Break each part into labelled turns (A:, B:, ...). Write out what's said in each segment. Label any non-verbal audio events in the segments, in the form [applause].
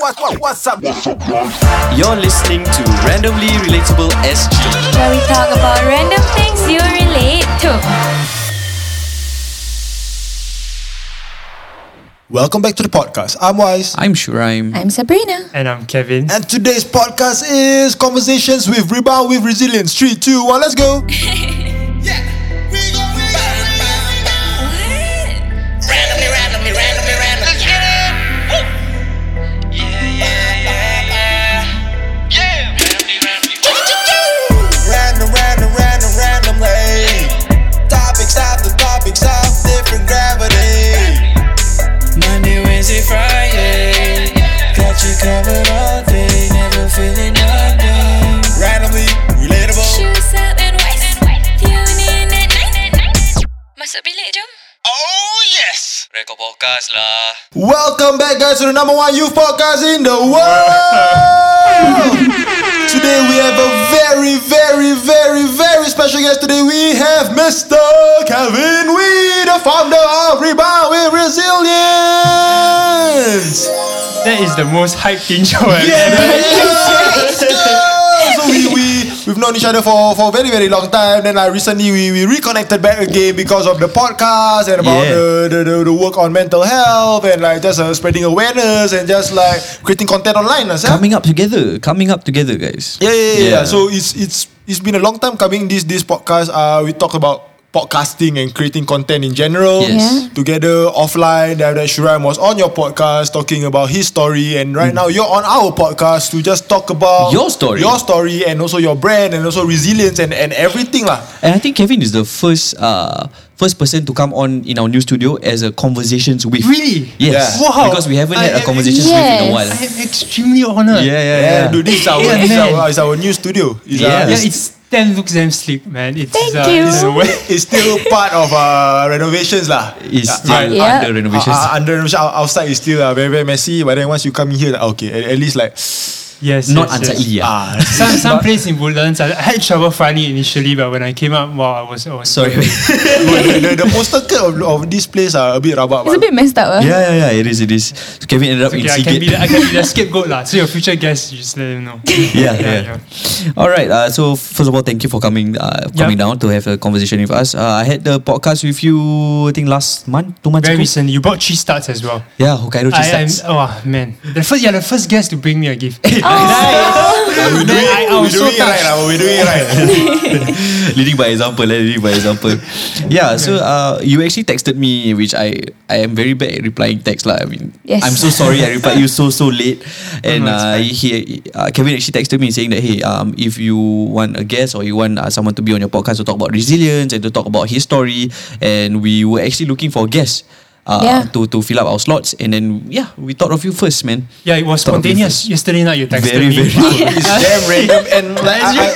A: what, what, what's up?
B: You're listening to Randomly Relatable SG.
C: where we talk about random things you relate to.
A: Welcome back to the podcast. I'm Wise.
D: I'm sure I'm.
C: I'm Sabrina.
E: And I'm Kevin.
A: And today's podcast is Conversations with Rebound with Resilience. Three, two, one, let's go.
F: randomly, randomly, randomly, randomly. Yeah. Woo. Yeah, yeah, yeah, yeah. Yeah. Randomly, randomly.
G: Random, random, random, randomly. Topics after topics of different gravity. Monday, Wednesday, Friday. Got you covered all day. Never feeling nothing. Randomly, relatable.
C: Shoes up and white. Tune in at night. Masuk bilik jom.
F: Oh yes.
G: Record podcast lah.
A: Welcome back, guys, to the number one youth podcast in the world. Today we have a very, very, very, very special guest. Today we have Mr. Kevin Wee, the founder of Rebound with Resilience.
E: That is the most hyped intro I've
A: Yes, yes. So we, we we've known each other for for a very very long time. Then like recently we, we reconnected back again because of the podcast and about
D: Yeah.
A: the, the, the the work on mental health and like just uh, spreading awareness and just like creating content online. lah, sir.
D: Coming up together. Coming up together, guys.
A: yeah, yeah, yeah, yeah. So it's it's it's been a long time coming. This this podcast. Uh, we talk about podcasting and creating content in general.
D: Yes. Yeah.
A: Together offline, Dada Shuraim was on your podcast talking about his story, and right now you're on our podcast to just talk about
D: Mm. Your story.
A: your story, and also your brand, and also resilience, and and everything lah.
D: And I think Kevin is the first uh, first person to come on in our new studio as a conversations with.
E: Really?
A: Yeah.
D: Yes.
A: Wow.
D: Because we haven't had
E: I-
D: a conversations with in
C: Yes.
D: a while.
E: I am extremely honored.
D: Yeah, yeah,
A: Yeah,
D: yeah.
A: uh, dude, this is our,
E: Yeah,
A: this is
E: man.
A: our, it's our new studio. It's, uh,
D: Yeah.
E: Yeah, it's damn looks damn sleep, man. It's,
C: Thank
E: uh,
C: you.
E: It's a way.
A: it's still part of uh, renovations lah.
D: It's
A: Yeah,
D: still
A: right.
C: Yeah.
D: under renovations.
A: Uh, uh, under renovation, out- outside is still uh, very very messy. But then once you come in here, like, okay, at, at least like
E: Yes.
D: Not
E: yes,
D: E answered
E: yes.
D: yeah.
A: ah, [laughs]
E: Some some place in Woodlands. I I had trouble finding it initially, but when I came up, wow, I was I was
D: Sorry. yeah,
A: the, the, the poster cut of, of this place are a bit rabak.
C: It's a
A: but-
C: bit messed up. ah.
D: yeah, yeah. It is, it is. So Kevin ended up in
E: Okay, I can be the, I
D: Seagate.
E: can be
D: [laughs]
E: the scapegoat lah. So your future guests, you just let them know.
D: Yeah, yeah. All right. Uh, so first of all, thank you for coming, uh, coming
E: Yeah.
D: down to have a conversation with us. Uh, I had the podcast with you. I think last month, two months
E: Very
D: ago.
E: recently, you bought cheese tarts as well.
D: Yeah, Hokkaido cheese
E: I am.
D: tarts.
E: Oh man, the first you're the first guest to bring me a
D: [laughs]
E: gift. Nice.
D: Oh.
A: we're doing,
E: I- I
A: we're
E: was so
A: doing it right
E: touched.
A: now. We're doing it right.
D: leading by example, eh, leading by example.
E: [laughs]
D: yeah, so uh, you actually texted me, which I I am very bad at replying text lah. I mean,
C: Yes.
D: I'm so sorry I replied you so so
E: [laughs]
D: late, and
E: No, it's
D: uh,
E: fine.
D: he uh, Kevin actually texted me saying that hey, um, if you want a guest or you want uh, someone to be on your podcast to talk about resilience and to talk about his story, and we were actually looking for guests. Uh,
C: Yeah.
D: to, to fill up our slots and then yeah we thought of you first man
E: Yeah, it was
D: Thought of you
E: spontaneous.
D: first.
E: Yesterday night you texted
D: Very,
E: me.
D: very-
A: It's [laughs] damn random and like, I, I,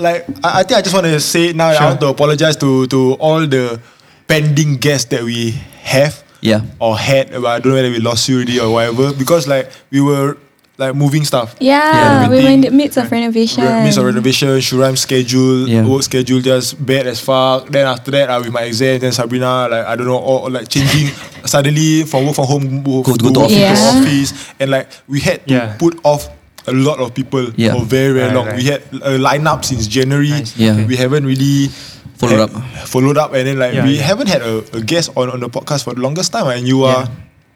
A: like I, I think I just want to say it now. I
E: Sure.
A: want to apologize to to all the pending guests that we have.
D: [laughs] Yeah.
A: Or had, but I don't know whether we lost you already or whatever because like we were like moving stuff.
C: Yeah, we were in the
A: everything.
C: midst of renovation.
A: Re- Miss our renovation, Shuram schedule,
D: Yeah.
A: work schedule just bad as fuck. Then after that, uh, with my exams, then Sabrina, like I don't know, all, all, like changing [laughs] suddenly from work from home, go,
D: Go- go to office.
C: Yeah.
A: office, and like we had to
E: Yeah.
A: put off a lot of people
D: Yeah.
A: for very very
E: Right,
A: long.
E: right.
A: We had a lineup since January.
E: Nice.
D: Yeah.
A: we haven't really.
D: Followed
A: had-
D: up.
A: followed up, and then like
E: Yeah,
A: we
E: yeah.
A: haven't had a, a guest on, on the podcast for the longest time, and you are,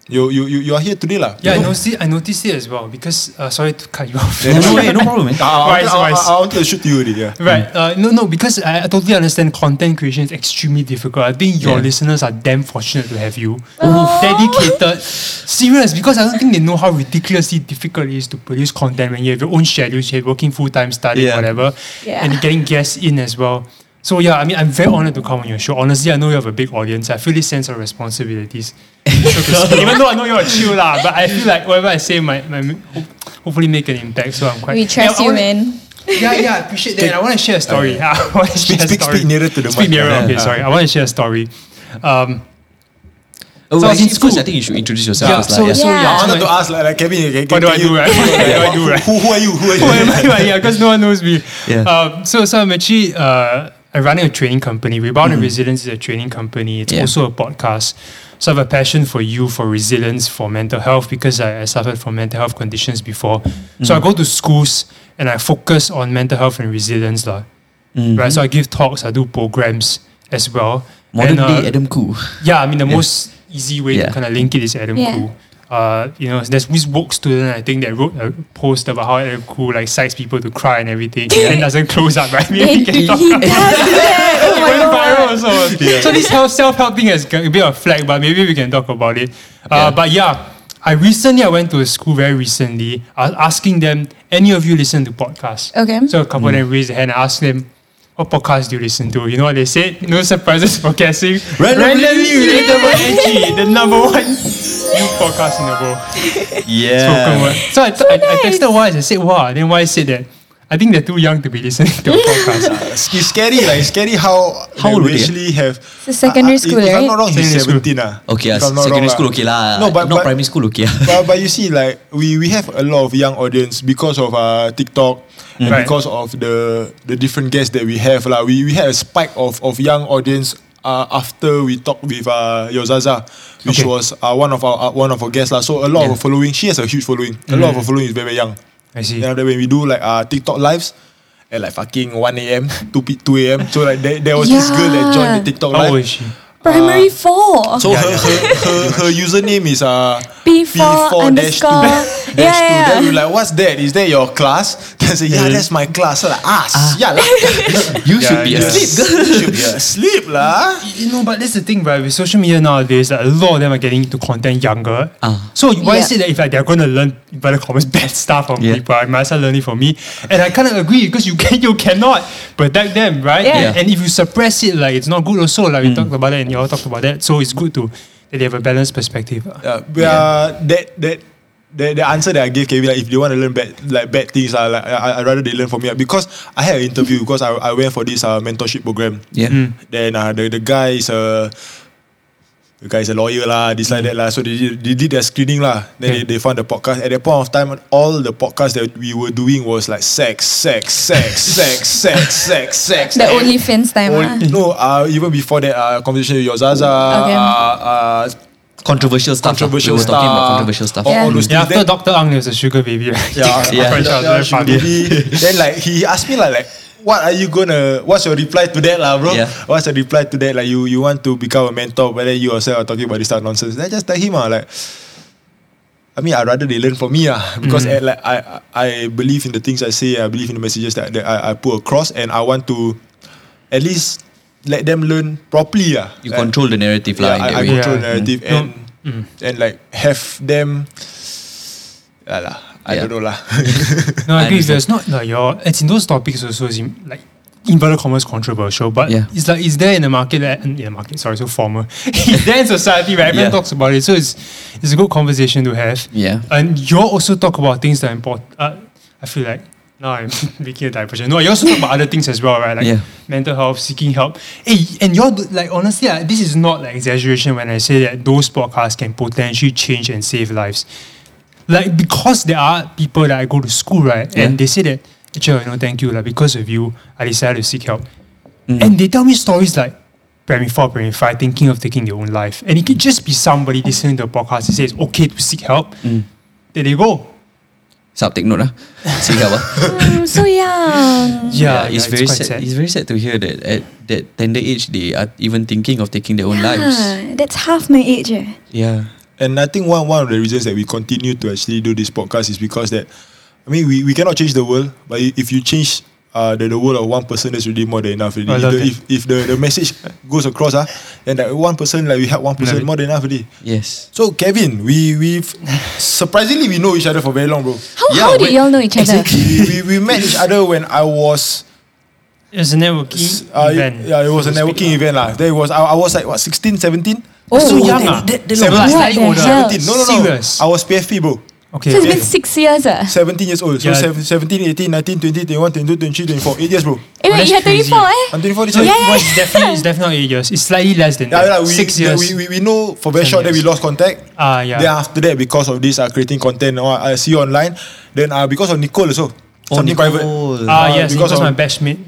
A: you you you you are here today, lah.
E: Yeah, I noticed it, I noticed it as well because uh, sorry to cut you off. [laughs]
D: no, no, no problem
A: I,
D: man
A: Ah, I,
E: Wise,
A: I,
E: wise.
A: I, I wanted to shoot you already. Yeah.
E: Right.
D: Mm.
E: Uh, no, no, because I, I totally understand content creation is extremely difficult. I think your
D: Yeah.
E: listeners are damn fortunate to have you.
C: Oh.
E: Dedicated. Serious, because I don't think they know how ridiculously difficult it is to produce content when you have your own schedules, you're working full time, studying,
D: Yeah.
E: whatever,
C: Yeah.
E: and getting guests in as well. So yeah, I mean, I'm very honored to come on your show. Honestly, I know you have a big audience. I feel this sense of
D: [laughs]
E: responsibilities. So to speak. Even though I know you're chill lah, but I feel like whatever I say might, might ho- hopefully make an impact. So I'm quite.
C: We trust
E: Yeah, I
C: you,
E: wanna-
C: man.
E: yeah, yeah, I appreciate that. And I want to share a story. [laughs] I want to share
A: Speak-
E: a
A: speak-
E: story.
A: speak nearer to the
E: Speak
A: mic.
E: nearer.
A: Yeah.
E: Okay, sorry. I want to share a story. Um,
D: oh,
E: So I was
D: actually,
E: in
D: first
E: school.
D: I think you should introduce
E: yeah,
D: yourself first lah,
E: so,
D: yeah.
E: so yeah.
A: I
E: so
A: wanted
E: my-
A: to ask like, like Kevin, can,
E: What do I
A: can
E: do,
A: you-
E: [laughs] right?
A: [laughs]
E: What do I do, right?
A: Who, who are you? Who are
E: [laughs]
A: you?
E: Who am I? Right, yeah, because no one knows me.
D: Yeah.
E: Um, so, so I'm actually uh, I'm running a training company. Rebound and Resilience is a training company. It's
D: Mm-hmm. Yeah.
E: also a podcast. So I have a passion for you, for resilience, for mental health because I, I suffered from mental health conditions before. So I
D: Mm.
E: go to schools and I focus on mental health and resilience, lah.
D: Mm-hmm.
E: Right. So I give talks, I do programs as well.
D: Modern
E: And, uh,
D: day Adam Khoo.
E: yeah, I mean the most easy way
D: Yeah.
E: to kind of link it is Adam
H: Yeah.
E: Khoo. Uh, you know, there's this woke student I think that wrote a post about how Adam Khoo like sights people to cry and everything, and doesn't close up. Right? [laughs] Maybe we
H: He,
E: can
H: he
E: talk
H: does
E: about it.
H: that. Oh my
E: Went viral
H: god.
E: also. So this self self help thing is a bit of flag, but maybe we can talk about it. Uh, But yeah, I recently I went to a school very recently. I was asking them, any of you listen to podcasts?
H: Okay.
E: So a couple of them raised their hand. I asked them, what podcast do you listen to? You know what they said? No surprises for guessing.
A: Randomly
E: relatable edgy, the number [laughs] one new podcast in the world. Spoken word. So I, I, I texted Wise. I said, wow. Then Wise said that I think they're too young to be listening to a [laughs] podcast.
A: It's it's scary, like it's scary how
D: How
A: how
D: old were
A: we
D: they?
A: actually have.
H: a secondary
A: I- I-
H: school,
A: if I'm
H: right?
A: not wrong, he's
E: Secondary school.
A: seventeen. ah.
D: Okay,
A: If
D: uh,
A: I'm not wrong,
D: secondary school
A: ah.
D: okay lah.
A: No, but
D: not
A: but,
D: primary school okay. ah.
A: but but you see, like we we have a lot of young audience because of uh TikTok. And
E: Right.
A: because of the the different guests that we have, like we, we had a spike of, of young audience uh, after we talked with uh, Yozaza, which
E: Okay.
A: was uh, one of our uh, one of our guests, lah. So a lot of her following, she has a huge following. A lot of
E: Mm.
A: her following is very, very young.
E: I see.
A: You know, that when we do like uh, TikTok lives at like fucking 1 a.m., 2 p- 2 a.m. So like there, there was this girl that joined the TikTok live.
E: How old is she?
H: Primary four.
E: Oh.
A: So her, her, her, her username is uh, dash
H: P4
A: two
H: underscore.
A: dash two.
H: [laughs] Yeah, yeah,
A: Then
H: yeah.
A: we're like, what's that? Is that your class? [laughs] Then I say, yeah, that's my class. So like, ah, yeah,
H: [laughs]
A: lah.
D: You should be
A: [laughs]
E: yeah.
D: asleep. girl.
A: should be asleep, lah.
E: You know, but that's the thing, right? With social media nowadays, like, a lot of them are getting into content younger.
D: Ah.
E: So why
H: Yeah.
E: is it that if like, they're going to learn by the comments [laughs] bad stuff from
D: Yeah.
E: people, I might as well learn it from me. And I kind of agree because you can [laughs] you cannot protect them, right?
H: Yeah.
E: And, and if you suppress it, like it's not good also. Like we talked about that, and you all talked about that. So it's good to that they have a balanced perspective.
A: Yeah, but, uh, that that. The, the answer that I gave Kevin, like if they want to learn bad like bad things, uh, like, I I I'd rather they learn from me. uh, Because I had an interview because I, I went for this uh, mentorship program.
D: Yeah.
A: Then uh, the, the guy is a the guy is a lawyer lah, this like that lah. So they, did- they did their screening lah. Then
E: Okay.
A: they, they found the podcast. At that point of time, all the podcasts that we were doing was like sex, sex, sex, [laughs] sex, sex, sex, sex.
H: The
A: And
H: only fans time.
A: only-
H: ah.
A: [laughs] no, uh, even before that, uh, conversation with your Zaza,
H: Okay.
A: uh, uh,
D: Controversial stuff. ah.
A: controversial
D: we were
A: stuff.
D: talking about controversial stuff.
A: All, all
H: Yeah.
A: those
E: Yeah,
A: things.
E: after Dr. Ang, there was a sugar baby, right?
A: Yeah, yeah.
D: Yeah.
E: Which was very
A: she
E: funny.
A: really- [laughs] then like he asked me like, like what are you gonna what's your reply to that lah bro
D: Yeah.
A: what's your reply to that like you you want to become a mentor but then you yourself are talking about this type of nonsense then I just tell him ah, like I mean I'd rather they learn from me ah because eh, like I I I believe in the things I say I believe in the messages that, that I, I put across and I want to at least let them learn properly ah
D: You
A: Like,
D: control the narrative lah. in
A: yeah, I,
D: that
A: I
D: way.
A: control
E: Yeah.
A: the narrative and
E: Mm.
A: and like have them lah, lah, I
D: Yeah.
A: don't know lah [laughs]
E: No, I
D: I
E: agree. with you. It's not like your. It's in those topics also. It's in, like inverted commas controversial, but
D: Yeah.
E: it's like it's there in the market. that- In the market, sorry, so formal. [laughs] it's there in society, right? Everyone
D: Yeah.
E: talks about it, so it's it's a good conversation to have.
D: Yeah.
E: and you all also talk about things that are important. Uh, I feel like now I'm [laughs] making a diversion. No, you also talk about other things as well, right? Like
D: Yeah.
E: mental health, seeking help. Hey, and you're like honestly, uh, this is not like exaggeration when I say that those podcasts can potentially change and save lives like because there are people that I go to school right,
D: Yeah.
E: and they say that, "Cher, you know, thank you, like because of you, I decided to seek help,"
D: Mm.
E: and they tell me stories like primary four, primary five, thinking of taking their own life, and it could just be somebody listening to a podcast that says, "Okay, to seek help."
D: Mm.
E: There they go.
D: Sub take note lah. See how ah.
H: I'm Oh, so young.
E: Yeah,
D: it's very sad. It's very sad to hear that at that tender age they are even thinking of taking their own lives.
H: Yeah, that's half my age. Eh.
D: Yeah.
A: And I think one one of the reasons that we continue to actually do this podcast is because that I mean we, we cannot change the world, but i- if you change uh, the, the world of one person, that's really more than enough. Already. If
E: I love
A: the,
E: that.
A: if, if the, the message goes across, ah, then that one person like we help one person
E: Love it.
A: more than enough already.
D: Yes.
A: So Kevin, we we surprisingly we know each other for very long, bro.
H: How, how do y'all know each other?
A: we, we, we met each other when I was
E: It's a networking
A: uh,
E: E- event.
A: yeah, it was a
E: so to speak.
A: networking event lah. Then it was I, I was like what 16, 17?
H: Oh,
E: So young, ah.
H: What
E: Slightly
H: the
E: older.
H: hell?
A: 17. Oh, No, no, no.
E: Serious.
A: I was PFP, bro.
E: Okay.
H: So it's
E: okay.
H: been six years. Ah.
A: 17 years old. So
E: Yeah.
A: seven- 17, 18, 19, 20, 21, 22, 23, 24. 8 years, bro.
H: Eh, wait,
E: that's
H: you're 34, eh?
A: I'm 24 this
E: So
A: year.
E: it was definitely, it's definitely eight years. It's slightly less than
A: Yeah, yeah,
E: that.
A: we,
E: Six
A: yeah,
E: years.
A: we, we, we know for very short that we
E: years.
A: lost contact.
E: Ah, yeah.
A: Then after that, because of this, uh, creating content, or uh, I see online. Then uh, because of Nicole also.
E: Oh,
A: something private.
E: Ah,
A: Ah,
E: yes,
A: because
E: because
A: of-
E: my batchmate.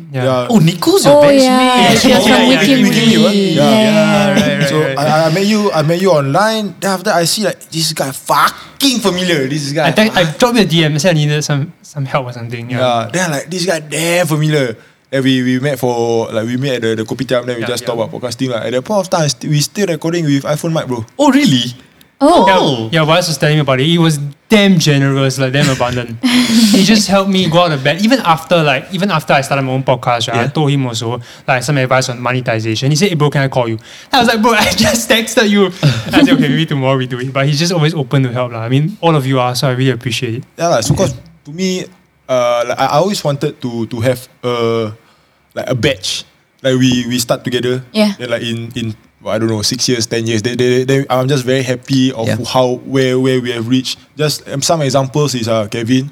A: Yeah.
E: Yeah.
D: Oh, Nicole's your
H: Oh
D: batchmate.
H: yeah, she
E: Yeah,
H: was from
E: yeah,
H: Wiki
E: yeah,
H: Wiki.
A: Wiki Wiki, what? Yeah.
E: Yeah, right, right,
A: So I, I met you, I met you online. Then after I see like this guy fucking familiar. This guy.
E: I think I dropped you a DM. Said I needed some some help or something. Yeah.
A: Yeah. Then I like this guy damn familiar. And we, we met for like we met at the, the kopitiam. Then we
E: Yeah,
A: just talk
E: yeah.
A: about podcasting. Like at that point of time, st- we still recording with iPhone mic, bro.
D: Oh really?
E: Yeah,
H: Oh,
D: Oh.
E: yeah, Wise was telling me about it. He was damn generous, like damn abundant. he just helped me go out of bed. Even after like even after I started my own podcast, right, I
D: Yeah.
E: told him also like some advice on monetization. He said, hey, bro, can I call you? I was like, bro, [laughs] I just texted you. I said, okay, maybe tomorrow we do it. But he's just always open to help. lah. I mean, all of you are, so I really appreciate it.
A: Yeah, like, so cause to me, uh, like, I I always wanted to to have a like a batch. Like we we start together.
H: Yeah.
A: Then like in in well, I don't know six years, ten years. They, they, they, I'm just very happy of
D: Yeah.
A: how where where we have reached. Just um, some examples is uh Kevin,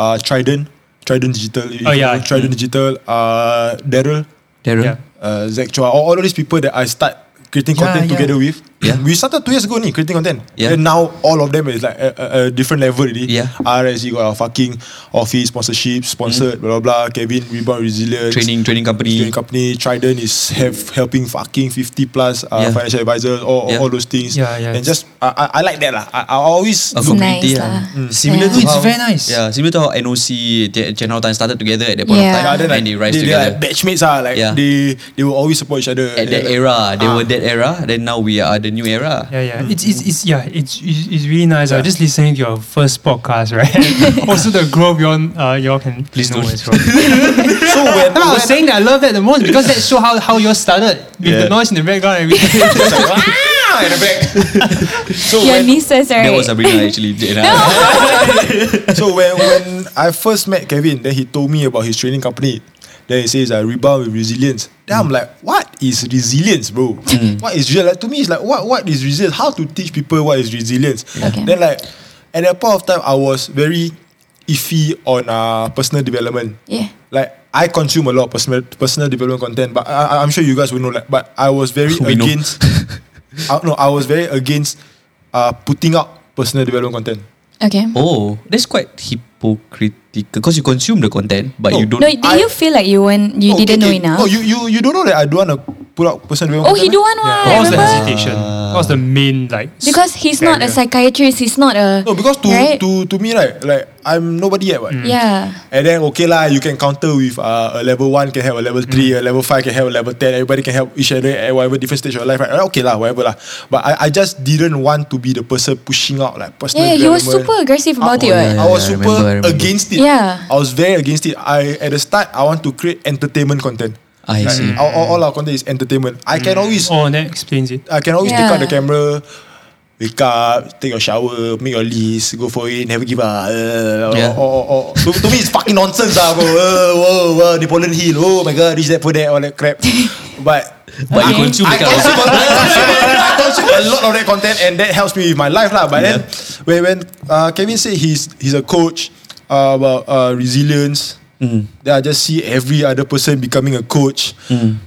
A: uh Trident, Trident Digital. if
E: Oh,
A: you
E: yeah.
A: know, Trident Digital. Uh, Daryl,
D: Daryl.
E: Yeah.
A: uh Zach Chua, all, all of these people that I start creating
D: Yeah,
A: content
D: yeah.
A: together with.
D: Yeah.
A: We started two years ago, ni creating content.
D: Yeah.
A: And now all of them is like a, a, a different level already.
D: Yeah.
A: RS, you got our fucking office sponsorship, sponsored, blah blah blah. Kevin, Rebound Resilience,
D: Mm. Training training company.
A: training company. Trident is have, helping fucking fifty plus uh,
D: Yeah.
A: financial advisors, all,
D: Yeah.
A: all those things.
E: Yeah, yeah.
A: And just I, I, I like that lah. I, I always
D: A
H: it's
A: look-
H: nice
D: community,
H: lah.
D: yeah.
A: Similar
H: Yeah.
A: to
E: It's
A: how-
E: very nice.
D: Yeah, similar to how NOC Gen- General Tan started together at that point of
H: Yeah.
D: time,
A: Yeah,
H: Ah,
A: then like,
D: and they rise
A: they, they
D: together.
A: like batchmates ah, like
D: Yeah.
A: they they will always support each other.
D: at that
A: Yeah.
D: era, they
A: Ah.
D: were that era. Then now we are the new era.
E: Yeah, yeah. It's, it's, it's yeah, it's, it's it's really nice. I just listening to your first podcast, right? also the growth you all, uh, you all can please know as well.
A: So
E: [laughs]
A: when,
E: No, I
A: when
E: was saying that I love that the most because that show how, how yours started with
A: Yeah.
E: the noise in the background and everything.
A: ah, in the back. so
H: your
A: when,
H: nieces,
D: That
H: right?
D: was Sabrina actually.
H: [laughs]
A: so when when I first met Kevin, then he told me about his training company. Then he says I rebound with resilience. Then
D: Mm.
A: I'm like, what is resilience, bro? What is real? Like to me, it's like what what is resilience? How to teach people what is resilience?
H: Okay.
A: Then like at that point of time, I was very iffy on uh, personal development.
H: Yeah.
A: Like I consume a lot of personal personal development content, but I, I- I'm sure you guys will know. Like, but I was very
D: [laughs] We know.
A: against. [laughs] I, no, I was very against uh, putting out personal development content.
H: Okay.
D: Oh, that's quite hypocritical because you consume the content, but
A: No.
D: you don't.
H: Oh. No, did
A: I-
H: you feel like you weren't, you
A: Oh,
H: didn't know
A: okay.
H: enough?
A: Oh, you you you don't know that I don't want to put out personal development.
H: Oh, he do
A: content,
H: one one.
E: What was the
H: remember?
E: hesitation? What was the main like?
H: Because he's not a
E: barrier?
H: psychiatrist. He's not a.
A: meh? No, because to
H: right?
A: to to me right, like I'm nobody yet, what.
H: Mm. Yeah.
A: And then okay lah, you can counter with uh, a level one can have a level three, a level five can have a level ten. Everybody can help each other at whatever different stage of life. Right? Okay lah, whatever lah. But I, I just didn't want to be the person pushing out like personal.
H: Yeah, he was
A: development.
H: super aggressive
A: Ah,
H: about it,
A: oh,
H: right?
A: I was super
D: Yeah, I remember, I remember.
A: against it.
H: Yeah.
A: I was very against it. I at the start I want to create entertainment content.
D: I
A: Like,
D: see.
A: all, all all our content is entertainment. I can always
E: Oh, that explains it.
A: I can always take out the
H: Yeah.
A: camera, wake up, take your shower, make your list, go for it, never give up. Uh,
D: Yeah.
A: or, or, or, to, to me, it's fucking nonsense. Ah, bro. Uh, whoa, whoa, Napoleon Hill. Oh my god, reach that for that, all that crap. But
D: But you consume
A: I
D: the [laughs] content.
A: consume, a, I, consume, I consume a lot of that content and that helps me with my life lah. But then when, when uh, Kevin said he's he's a coach uh, about uh, resilience, then I just see every other person becoming a coach.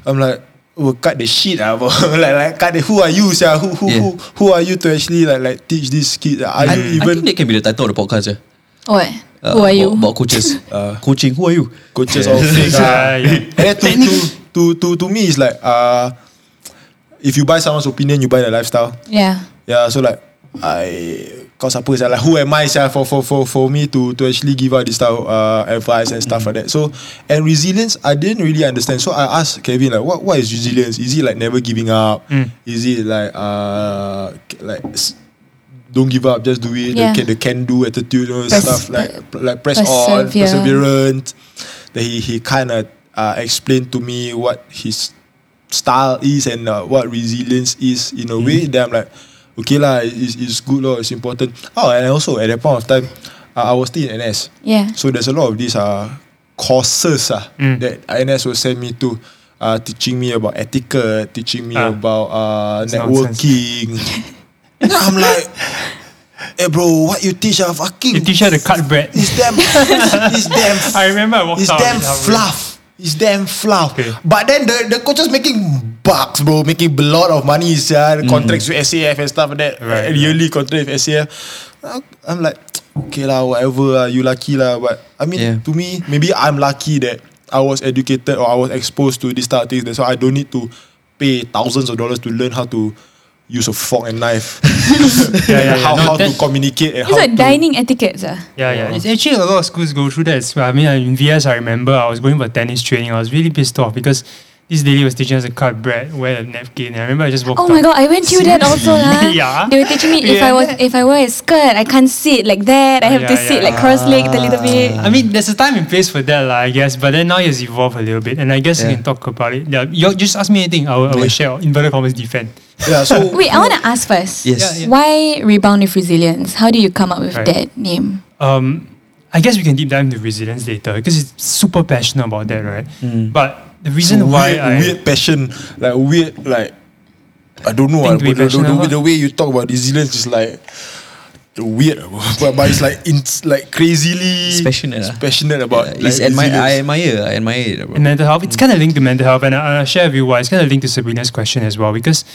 A: I'm like, oh, cut the shit ah, bro. [laughs] like like cut the who are you, sir? Who who
D: Yeah.
A: who who are you to actually like like teach these kids? Are
D: I,
A: you
D: I
A: even
D: think that can be the title of the podcast. Yeah.
H: What?
D: Uh,
H: Who
D: about-
H: are you?
D: About coaches. Coaching. Who are you?
A: coaches all fake?
E: Yeah,
A: ah?
E: yeah.
A: And then to, to, to, to, to me, it's like uh, if you buy someone's opinion, you buy their lifestyle.
H: yeah.
A: Yeah, so like I cause apa sia, like who am I sia for for for for me to to actually give out this type of uh, advice and stuff like that. So and resilience, I didn't really understand. So I asked Kevin like, what what is resilience? Is it like never giving up? Is it like uh k- like s- don't give up, just do it. The,
H: Yeah.
A: can, the can do attitude, you know,
H: Pers-
A: stuff like like press on,
H: persevere.
A: perseverant. That he he kind of uh, explained to me what his style is and uh, what resilience is in a
E: Mm-hmm.
A: way. Then I'm like, okay lah, it's, it's good lor, it's important. Oh, and also at that point of time, uh, I was still in NS.
H: Yeah.
A: So there's a lot of these uh, courses uh,
E: Mm.
A: that NS will send me to. Uh, teaching me about etiquette, teaching me
E: Ah.
A: about uh,
E: It's nonsense.
A: networking. [laughs] Then I'm like, hey bro, what you teach are fucking
E: You teach her to cut bread. [laughs]
A: it's damn, it's damn.
E: I remember I walked
A: It's
E: out
A: damn
E: of it halfway.
A: fluff. It's damn fluff.
E: Okay.
A: But then the the coaches making bucks, bro, making a lot of money. Yeah, contracts with SAF and stuff like that.
E: Mm-hmm. Right,
A: uh,
E: right.
A: Yearly contract with SAF. Uh, I'm like, okay lah, whatever. lah, you lucky lah. But I mean,
D: Yeah.
A: to me, maybe I'm lucky that I was educated or I was exposed to this type of things. That's why I don't need to pay thousands of dollars to learn how to use a fork and knife.
E: Yeah, yeah, yeah.
A: [laughs] how
E: No,
A: how to
E: that's-
A: communicate and
H: It's
A: how
H: like
A: to,
H: dining etiquettes. Uh.
E: Yeah, yeah. It's actually a lot of schools go through that. as well. I mean, in VS, I remember I was going for tennis training. I was really pissed off because this lady was teaching us to cut bread, wear a napkin. And I remember I just walked
H: Oh my
E: up.
H: god, I went through that also lah.
E: Yeah.
H: They were teaching me if I was if I wear a skirt, I can't sit like that. I have to
E: Yeah, yeah. Ah.
H: sit like cross-legged a little bit.
E: I mean, there's a time and place for that, lah. I guess. But then now it's evolved a little bit, and I guess
D: Yeah.
E: you can talk about it. Yeah, you just ask me anything. I will, I will share. Inverted commas defend.
A: Yeah,
D: [laughs]
A: so
H: Wait, I want to ask first.
D: Yes. Yeah,
H: Why rebound with resilience? How do you come up with
E: Right.
H: that name?
E: um, I guess we can deep dive into resilience later because it's super passionate about that, right?
D: Mm.
E: But the reason why
A: weird,
E: I
A: weird passion, like weird, like I don't know.
E: Thing
A: ah,
E: to be
A: but the, the,
E: passionate
A: the, way-
E: about?
A: the way you talk about resilience is like weird, [laughs] ah, but, but it's like it's like crazily
D: It's passionate, ah.
A: it's passionate about. like,
D: it's admi-
A: resilience.
D: I admire, I admire it, bro.
E: and mental health,
D: Mm.
E: it's kind of linked to mental health, and I, I'll share with you why. It's kind of linked to Sabrina's question as well because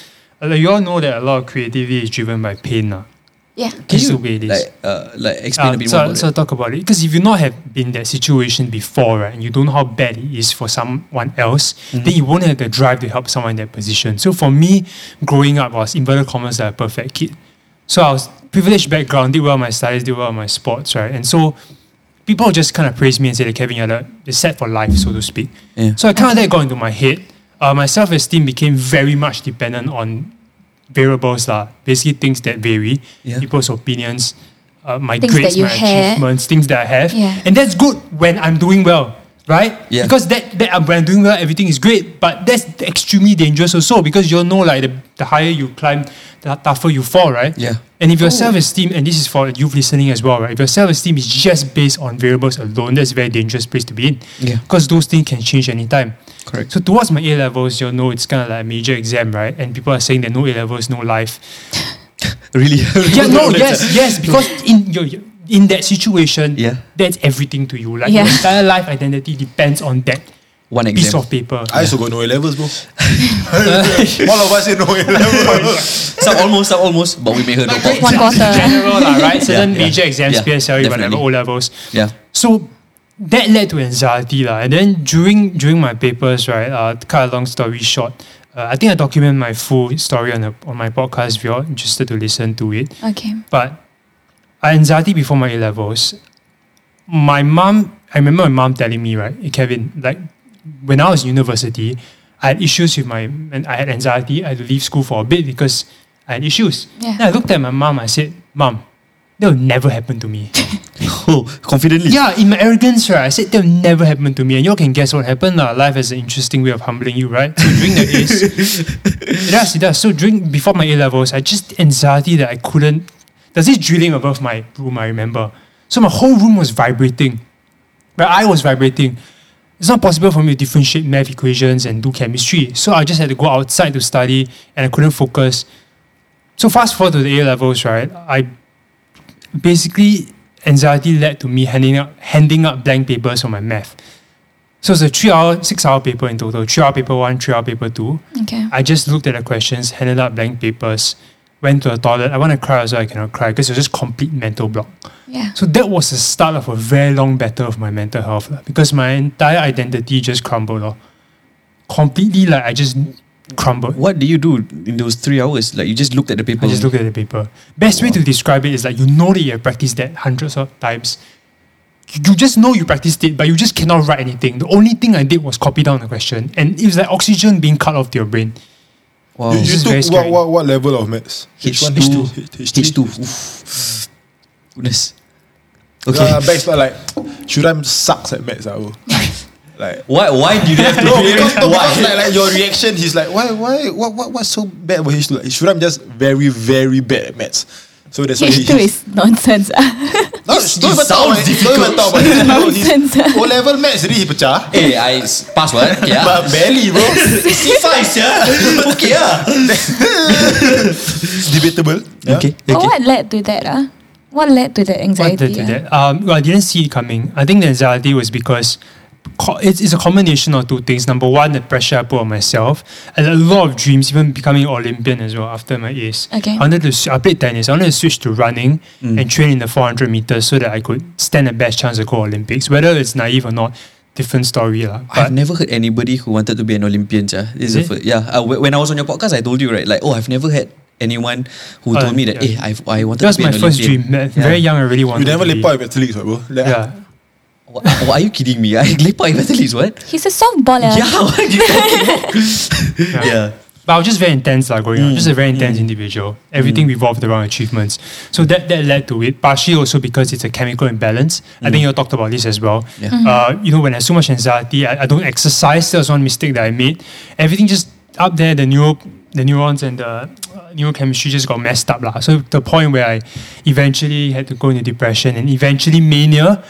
E: uh, like, you all know that a lot of creativity is driven by pain, lah.
H: Yeah.
D: Can
E: That's the
D: you
E: way it is.
D: like, uh, like explain
E: Uh,
D: a bit
E: so,
D: more about
E: so
D: it?
E: talk about it because if you not have been in that situation before, right, and you don't know how bad it is for someone else,
D: Mm-hmm.
E: then you won't have the drive to help someone in that position. So for me, growing up, I was inverted commas like a perfect kid. So I was privileged background, did well in my studies, did well in my sports, right, and so people just kind of praise me and say, that Kevin, you're, the, you're set for life, so to speak.
D: Yeah.
E: So I kind of that got into my head. Uh, my self esteem became very much dependent on variables, lah. basically things that vary,
D: Yeah.
E: people's opinions, uh, my
H: Things
E: grades,
H: that you
E: my
H: had.
E: achievements, things that I have.
H: Yeah.
E: And that's good when I'm doing well, right?
D: Yeah.
E: Because that, that I'm- when I'm doing well, everything is great. But that's extremely dangerous also because you'll know like the, the higher you climb, the tougher you fall, right?
D: Yeah.
E: And if your self-esteem, and this is for youth listening as well, right? If your self-esteem is just based on variables alone, that's a very dangerous place to be in.
D: Yeah.
E: Because those things can change anytime.
D: Correct.
E: So towards my A levels, you'll know it's kind of like a major exam, right? And people are saying that no A levels, no life
D: [laughs] really?
E: yeah,
D: [laughs]
E: no, yes, yes, because in your in that situation,
D: Yeah.
E: that's everything to you. Like
H: Yeah.
E: your entire life identity depends on that
D: One
E: piece
D: exam.
E: of paper.
A: I also got no A levels,
E: [laughs]
A: bro. All of us in no A
E: [laughs]
A: levels.
D: Some almost, some almost, but we made her no pop.
H: One quarter.
E: General, lah, right? Certain
D: yeah,
E: major exams,
D: yeah,
E: PSLE, E, whatever,
D: definitely.
E: O levels.
D: Yeah.
E: So that led to anxiety, lah. And then during during my papers, right? Uh, to cut a long story short. Uh, I think I document my full story on the, on my podcast. If you're interested to listen to it,
H: Okay.
E: But anxiety before my A levels, my mom, I remember my mom telling me, right, "Hey, Kevin, like when I was in university, I had issues with my, and I had anxiety. I had to leave school for a bit because I had issues.
H: Yeah.
E: Then I looked at my mom, I said, Mom, that will never happen to me.
D: Oh, confidently.
E: yeah, in my arrogance, right, I said, that will never happen to me. And you all can guess what happened. lah. Life has an interesting way of humbling you, right? So during the A's, [laughs] it does, it does. So during before my A levels, I just anxiety that I couldn't. There's this drilling above my room. I remember, so my whole room was vibrating, but I was vibrating. It's not possible for me to differentiate math equations and do chemistry. So I just had to go outside to study, and I couldn't focus. So fast forward to the A levels, right? I basically anxiety led to me handing out handing out blank papers for my math. So it's a three hour, six hour paper in total. Three hour paper one, three hour paper two.
H: Okay.
E: I just looked at the questions, handed out blank papers, went to the toilet. I want to cry, so I cannot cry because it was just complete mental block.
H: Yeah.
E: So that was the start of a very long battle of my mental health lah, because my entire identity just crumbled. Lor. Completely, like I just crumbled.
D: What do you do in those three hours? Like you just looked at the paper.
E: I just look at the paper. Best way to describe it is like you know that you have practiced that hundreds of times. You you just know you practiced it, but you just cannot write anything. The only thing I did was copy down the question, and it was like oxygen being cut off to your brain.
D: Wow.
A: you
E: Oh, This
A: you
E: is very
A: took what,
E: scary.
A: what, what level of maths?
D: H2.
A: H2.
D: H2. Oof. Goodness. Okay.
A: Uh, back to like, Shuram sucks at maths, ah,
E: [laughs]
A: bro. Like,
D: why, why do you have to
A: No,
D: be
A: because, no, because like,
D: [laughs]
A: like your reaction, he's like, why, why, what, what, what's so bad about H2? Like, Shuram just very, very bad at maths. So
H: [laughs]
A: that's why he,
H: H2 is nonsense. ah.
A: no, don't even talk
D: sounds
A: about it. Don't even talk
H: [laughs]
A: about it.
H: Nonsense.
A: He's- O level maths, really, he pecah.
D: Hey, I s- pass what? Eh, Yeah.
A: But barely,
D: [laughs]
A: bro.
D: C5 yeah. Okay ah. yeah.
A: Debatable. Yeah?
D: Okay.
H: But Oh, what led to that? Ah, What led to that
E: What
H: anxiety?
E: did to
H: ah?
E: that? Um, well, I didn't see it coming. I think the anxiety was because co- it's, it's a combination of two things. Number one, the pressure I put on myself, and a lot of dreams, even becoming Olympian as well after my A's.
H: Okay.
E: I wanted to. s- I played tennis. I wanted to switch to running
D: Mm.
E: and train in the 400 meters so that I could stand a best chance to go Olympics. Whether it's naive or not, different story lah.
D: I've
E: But
D: never heard anybody who wanted to be an Olympian. Yeah, this
E: Is
D: is the
E: it?
D: first, yeah. Uh, wh- when I was on your podcast, I told you right, like, oh, I've never had anyone who
E: Uh,
D: told me that,
E: yeah.
D: eh, I've, I wanted
E: that was
D: to be
E: my
D: an
E: first
D: Olympian.
E: dream. man. Very young, I really
A: You
E: wanted.
A: never
E: to be.
A: lepak with athletes, what, bro? Like,
E: Yeah.
D: Wha- wha- are you kidding me? [laughs] I lepak with athletes, what?
H: He's a ah. softballer. [laughs]
D: Yeah, what are you talking about? yeah.
E: But I was just very intense like growing up. Just a very intense individual. Everything revolved around achievements. So that that led to it. Partially also because it's a chemical imbalance. I think you all talked about this as well.
D: Yeah.
E: Uh, you know, when I had so much anxiety, I, I don't exercise. That was one mistake that I made. Everything just up there, the neuro, the neurons and the uh, neurochemistry just got messed up. lah. So the point where I eventually had to go into depression and eventually mania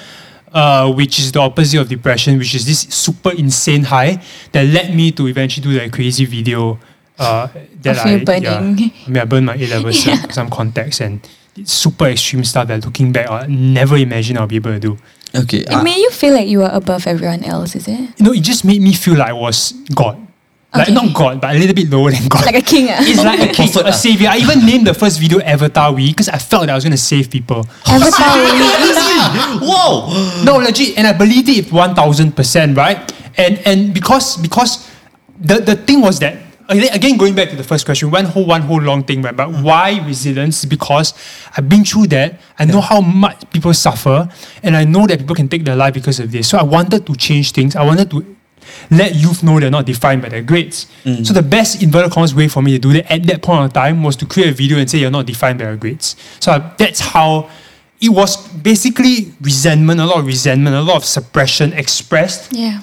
E: uh, which is the opposite of depression, which is this super insane high that led me to eventually do that crazy video. Uh, that
H: Of
E: I, Yeah, I
H: you burning.
E: mean, I burned my A
H: [laughs]
E: levels yeah. some contacts and super extreme stuff that looking back, I never imagined I'll be able to do.
D: Okay.
H: It
D: uh,
H: made you feel like you were above everyone else, is it?
E: You know, it just made me feel like I was God. Like,
H: Okay.
E: not God, but a little bit lower than God.
H: Like a king.
E: [laughs]
H: ah.
E: it's like a, king,
D: Prophet,
E: a
D: ah.
E: savior. I even named the first video Avatar We because I felt that I was going to save people.
H: Avatar.
E: [laughs]
D: Wow.
E: No, legit, and I believed it one thousand percent, right? And and because because the the thing was that again again, going back to the first question, one whole one whole long thing, right? But why resilience? Because I've been through that. I know how much people suffer, and I know that people can take their life because of this. So I wanted to change things. I wanted to let youth know they're not defined by their grades. So the best inverted commas way for me to do that at that point of time was to create a video and say you're not defined by your grades. So I, that's how it was basically resentment, a lot of resentment, a lot of suppression expressed.
H: yeah.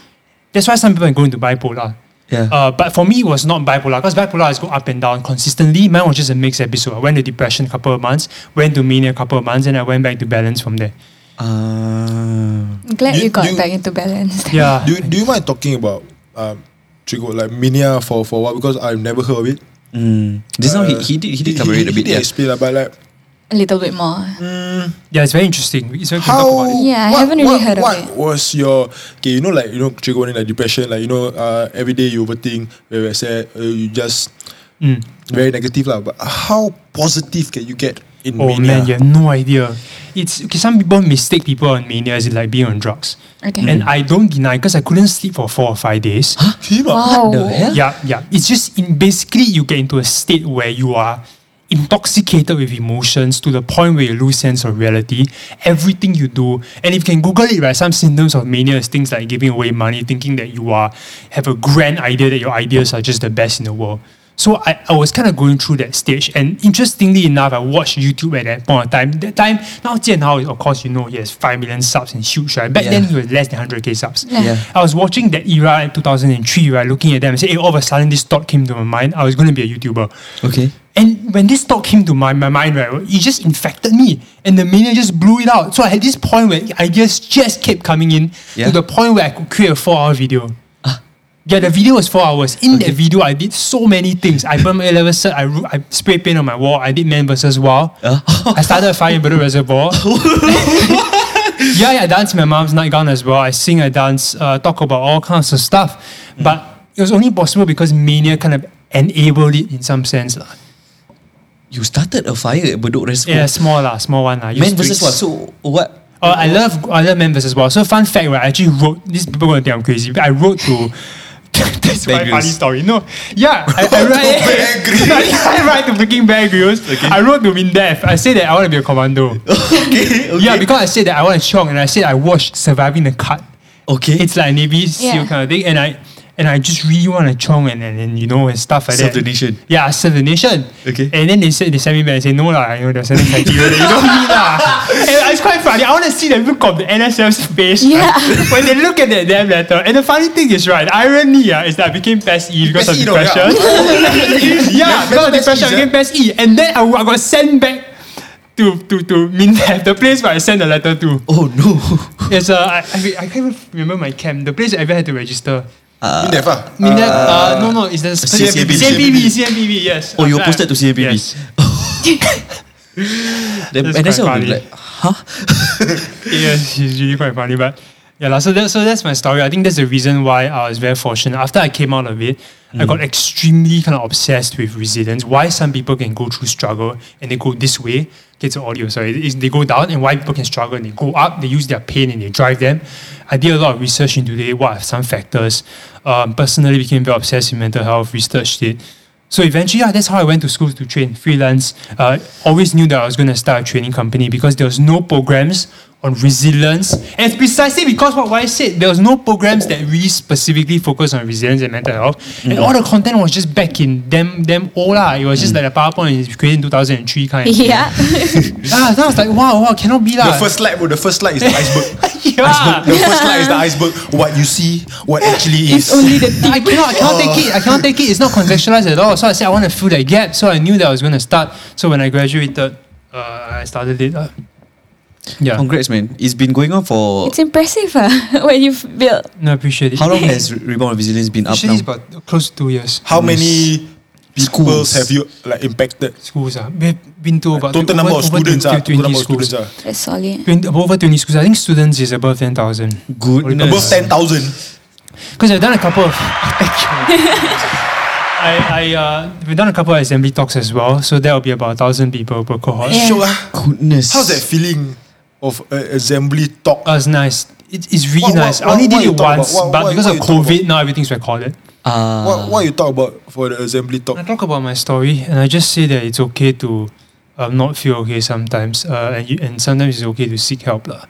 E: That's why some people are going to bipolar.
D: Yeah.
E: Uh, but for me, it was not bipolar because bipolar is go up and down consistently. Mine was just a mixed episode. I went to depression a couple of months, went to mania a couple of months, and I went back to balance from there.
D: Uh,
H: I'm glad
A: You-
H: you, got
A: you-
H: back into balance. [laughs]
E: Yeah.
A: Do, do you mind talking about um, Trigo, like Minia for, for what? Because I've never heard of it.
D: just now
A: Uh,
D: hmm. he, he did he did cover it
A: he
D: a bit.
A: did
D: Yeah.
A: explain lah, but like,
H: a little bit more.
E: yeah, it's very interesting. It's very
A: how?
E: How? About it.
H: Yeah, I haven't really
A: what,
H: heard of
A: what
H: it.
A: was your okay? You know, like you know, Trigo in like depression, like you know, uh, every day you overthink, very sad, uh, you just
E: Mm.
A: very negative lah. But how positive can you get in
E: Oh
A: Minia?
E: man, you have no idea. It's okay, some people mistake people on mania as like being on drugs.
H: Okay.
E: And I don't deny because I couldn't sleep for four or five days.
A: Him,
H: [laughs]
A: ah?
H: wow.
D: The hell?
E: Yeah, yeah. It's just in basically you get into a state where you are intoxicated with emotions to the point where you lose sense of reality. Everything you do, and if you can Google it, right? Some symptoms of mania is things like giving away money, thinking that you are have a grand idea that your ideas are just the best in the world. So I, I was kind of going through that stage, and interestingly enough, I watched YouTube at that point of time. That time, now Jian Hao, is, of course, you know, he has five million subs and huge, right? Back
D: Yeah.
E: then, he was less than hundred k subs.
D: Yeah.
E: I was watching that era in 2003, right? Looking at them and say, hey, all of a sudden this thought came to my mind. I was going to be a YouTuber.
D: Okay.
E: And when this thought came to my, my mind, right, it just infected me. And the mania just blew it out. So I had this point where ideas just kept coming in
D: Yeah. Ah.
E: to the point where I could create a four hour video. Yeah, the video was four hours. In that video, I did so many things. I burned my A-level cert. I, ru- I spray paint on my wall. I did Man versus Wild.
D: Uh, Uh-huh.
E: I started a fire in Bedok
D: [laughs]
E: Reservoir. yeah, yeah, I dance in my mom's nightgown as well. I sing, I dance, uh, talk about all kinds of stuff.
D: Mm.
E: But it was only possible because mania kind of enabled it in some sense. lah.
D: [gasps] You started a fire at Bedok Reservoir.
E: Yeah, small lah, small one lah.
D: Man
E: Used to
D: versus
E: it.
D: what? So what?
E: Oh, I love I love Man versus Wild. So fun fact, right? I actually wrote these people gonna think I'm crazy, but I wrote to. [laughs] That's my
D: Bear
E: funny
D: Grylls.
E: story. No, yeah, I, I
D: [laughs]
E: write. [laughs] I write to freaking Bear Grylls. I wrote to Mindef. I said that I want to be a commando.
D: okay, okay.
E: Yeah, because I said that I want to chong, and I said I watched Surviving the Cut.
D: okay.
E: It's like Navy SEAL
H: Yeah.
E: kind of thing, and I and I just really want to chong and, and, and you know and stuff like
D: Serve
E: that.
D: the nation.
E: Yeah, I serve the nation.
D: Okay.
E: And then they said they sent me back and said no lah, you know they're sending
D: [laughs]
E: criteria that you don't meet lah. And it's quite funny. I want to see the look of the NSF's face right,
H: Yeah.
E: when they look at that damn letter. And the funny thing is right, the irony ah, is that I became PES E because
A: PES E
E: of
A: though, yeah.
E: depression. [laughs] yeah,
A: PES- PES
E: because of
A: E,
E: depression I
A: yeah.
E: became PES E, and then I, wa- I got sent back. To to to Mindef, the place where I sent the letter to.
D: oh no. [laughs]
E: It's uh, I, I, I can't even remember my camp. The place I ever had to register.
D: Uh,
A: Mindef, ah?
E: I mean, that, uh, no, no, it's the
D: CMPB.
E: CMPB, CMPB, yes.
D: Oh, you
E: After I-
D: posted to CABB.
E: Yes.
D: [laughs] Then,
E: That's
D: and that's
E: quite
D: how I'm
E: funny.
D: like, huh?
E: yes, she's really quite funny, but yeah, lah. so that, so that's my story. I think that's the reason why I was very fortunate. After I came out of it, I got extremely kind of obsessed with resilience. Why some people can go through struggle and they go this way, get to audio, sorry, is they go down, and why people can struggle and they go up, they use their pain and they drive them. I did a lot of research into it. What are some factors? Um, personally, became very obsessed with mental health. Researched it. So eventually, yeah, that's how I went to school to train freelance. Uh, always knew that I was going to start a training company because there was no programs on resilience. And it's precisely because what I said, there was no programs that really specifically focus on resilience and mental health. And all the content was just back in them them old lah. It was just like a PowerPoint created in 2003 kind of
H: [laughs]
E: thing.
H: Yeah.
E: Ah, then I was like, wow, wow, cannot be lah.
A: The first slide, bro. The first slide is the iceberg.
E: [laughs] yeah.
A: The first slide is the iceberg. What you see, what actually
H: it's
A: is.
H: only the
E: [laughs] I cannot, I cannot take it. I cannot take it. It's not contextualized at all. So I said I want to fill that gap. So I knew that I was going to start. So when I graduated, uh, I started it. Uh, yeah,
D: Congrats, man. It's been going on for
H: It's impressive uh, [laughs] what you've built.
E: no, I appreciate it.
D: how
E: [laughs]
D: long has Re- Rebound of Resilience been up
E: Actually,
D: now?
E: it's about close to two years.
A: How many people
D: Schools.
A: have you like impacted?
E: schools ah? We've been to about
A: Total number
E: over,
A: of students
E: over
A: ah.
E: 20,
A: Total number of
E: schools.
A: students ah.
H: That's solid.
E: 20, over 20 schools. I think students is above 10,000.
D: Goodness.
A: Above ten thousand.
E: Because I've done a couple of. [laughs]
H: [laughs]
E: I, I uh, we've done a couple of assembly talks as well, so that will be about thousand people per cohort.
H: Yeah.
A: Sure. ah.
D: Goodness.
A: How's that feeling of uh, assembly talk?
E: Uh, it's nice. It, it's really
A: What- what-
E: nice. I
A: what-
E: only
A: what
E: did
A: you
E: it
A: talk about?
E: once,
A: What-
E: but
A: what-
E: because
A: what you
E: of
A: talk about?
E: COVID, now everything's recorded.
D: Ah.
A: what, what you talk about for the assembly talk?
E: I talk about my story, and I just say that it's okay to um, not feel okay sometimes, uh, and you, and sometimes it's okay to seek help, lah.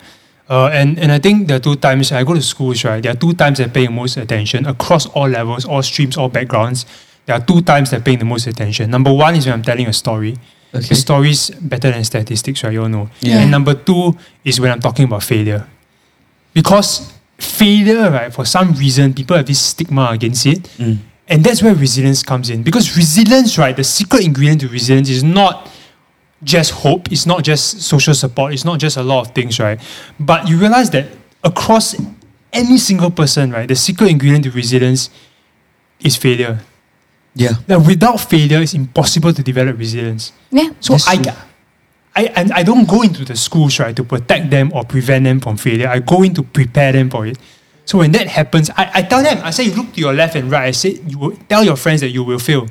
E: Uh, and and I think there are two times I go to schools, right? There are two times I pay the most attention across all levels, all streams, all backgrounds. There are two times that paying the most attention. Number one is when I'm telling a story.
D: Okay.
E: Stories better than statistics, right? You all know.
D: Yeah.
E: And number two is when I'm talking about failure. Because failure, right, for some reason, people have this stigma against it. And that's where resilience comes in. Because resilience, right, the secret ingredient to resilience is not just hope, it's not just social support, it's not just a lot of things, right? But you realize that across any single person, right, the secret ingredient to resilience is failure.
D: Yeah.
E: Now, without failure, it's impossible to develop resilience.
H: Yeah.
E: So
D: That's
E: I,
D: true.
E: I, and I don't go into the schools right to protect them or prevent them from failure. I go in to prepare them for it. So when that happens, I, I tell them, I say, look to your left and right. I say, you will tell your friends that you will
D: [laughs]
E: fail.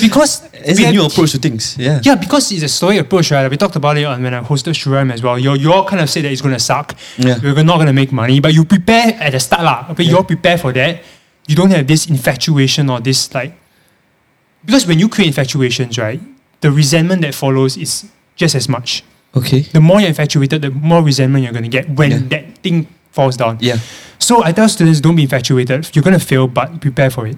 E: because
D: It's
E: we
D: a
E: have-
D: new approach to things. Yeah.
E: yeah, because it's a slowy approach, right? We talked about it on when I hosted Shuram as well. You you all kind of say that it's gonna suck.
D: Yeah.
E: You're not gonna make money, but you prepare at the start, lah. But you all prepare for that. You don't have this infatuation or this like because when you create infatuations, right, the resentment that follows is just as much.
D: Okay.
E: The more you're infatuated, the more resentment you're gonna get when
D: Yeah.
E: that thing falls down.
D: Yeah.
E: So I tell students, don't be infatuated. You're gonna fail, but prepare for it.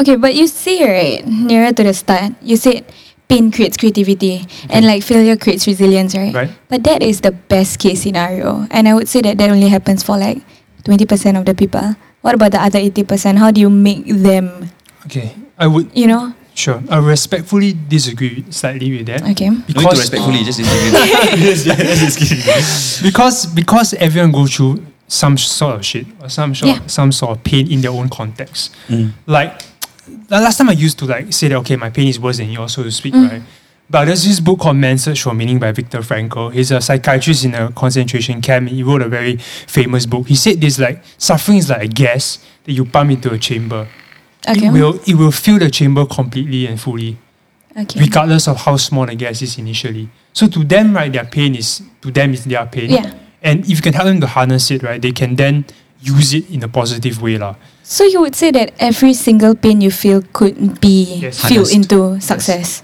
H: Okay, but you say right
E: Mm-hmm.
H: nearer to the start, you said pain creates creativity and like failure creates resilience, right?
E: Right.
H: But that is the best case scenario, and I would say that that only happens for like twenty percent of the people. What about the other eighty percent? How do you make them?
E: Okay. I would
H: You know?
E: sure. I respectfully disagree slightly with that.
H: Okay.
D: No need to respectfully just interview.
E: because because everyone goes through some sort of shit or some sort
H: Yeah.
E: some sort of pain in their own context. Like the last time I used to like say that okay, my pain is worse than yours, so to speak,
H: Mm.
E: right? But there's this book called Man's Search for Meaning by Viktor Frankl. He's a psychiatrist in a concentration camp. He wrote a very famous book. He said this like suffering is like a gas that you pump into a chamber. It
H: Okay.
E: will it will fill the chamber completely and fully
H: okay.
E: regardless of how small the gas is initially. So to them, right, their pain is to them is their pain.
H: Yeah.
E: And if you can help them to harness it, right, they can then use it in a positive way, lah.
H: so you would say that every single pain you feel could be
E: Yes.
H: filled
D: Harnessed.
H: into success.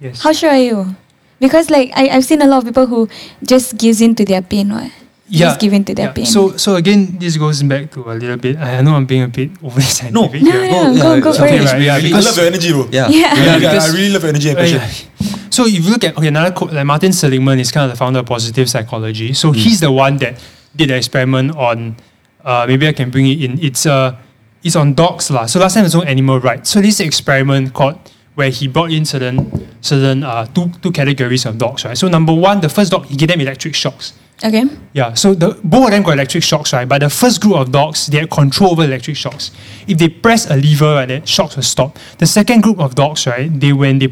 E: Yes.
H: How sure are you? Because like I, I've seen a lot of people who just gives in to their pain, right? Just give in to their
E: yeah.
H: pain.
E: So so again, this goes back to a little bit. I I know I'm being a bit [laughs] overly
D: No.
E: scientific.
H: No,
E: here.
H: no, no, go- go
D: it's
H: for
D: okay,
H: it.
D: it's really-
E: Yeah,
A: I
E: because-
A: love your energy, bro.
D: Yeah.
H: Yeah.
A: Yeah,
E: Yeah,
A: I
E: because-
A: really love your energy and
E: Uh,
A: passion.
E: yeah. So if you look at okay, another quote like Martin Seligman is kind of the founder of positive psychology. So he's the one that did the experiment on uh, maybe I can bring it in. It's uh it's on dogs lah. So last time it was on animal rights. So this experiment called where he brought in certain certain uh two two categories of dogs, right? So number one, the first dog, he gave them electric shocks.
H: okay.
E: Yeah, so the both of them got electric shocks, right? But the first group of dogs, they had control over electric shocks. If they press a lever, right, the shocks will stop. The second group of dogs, right, they when they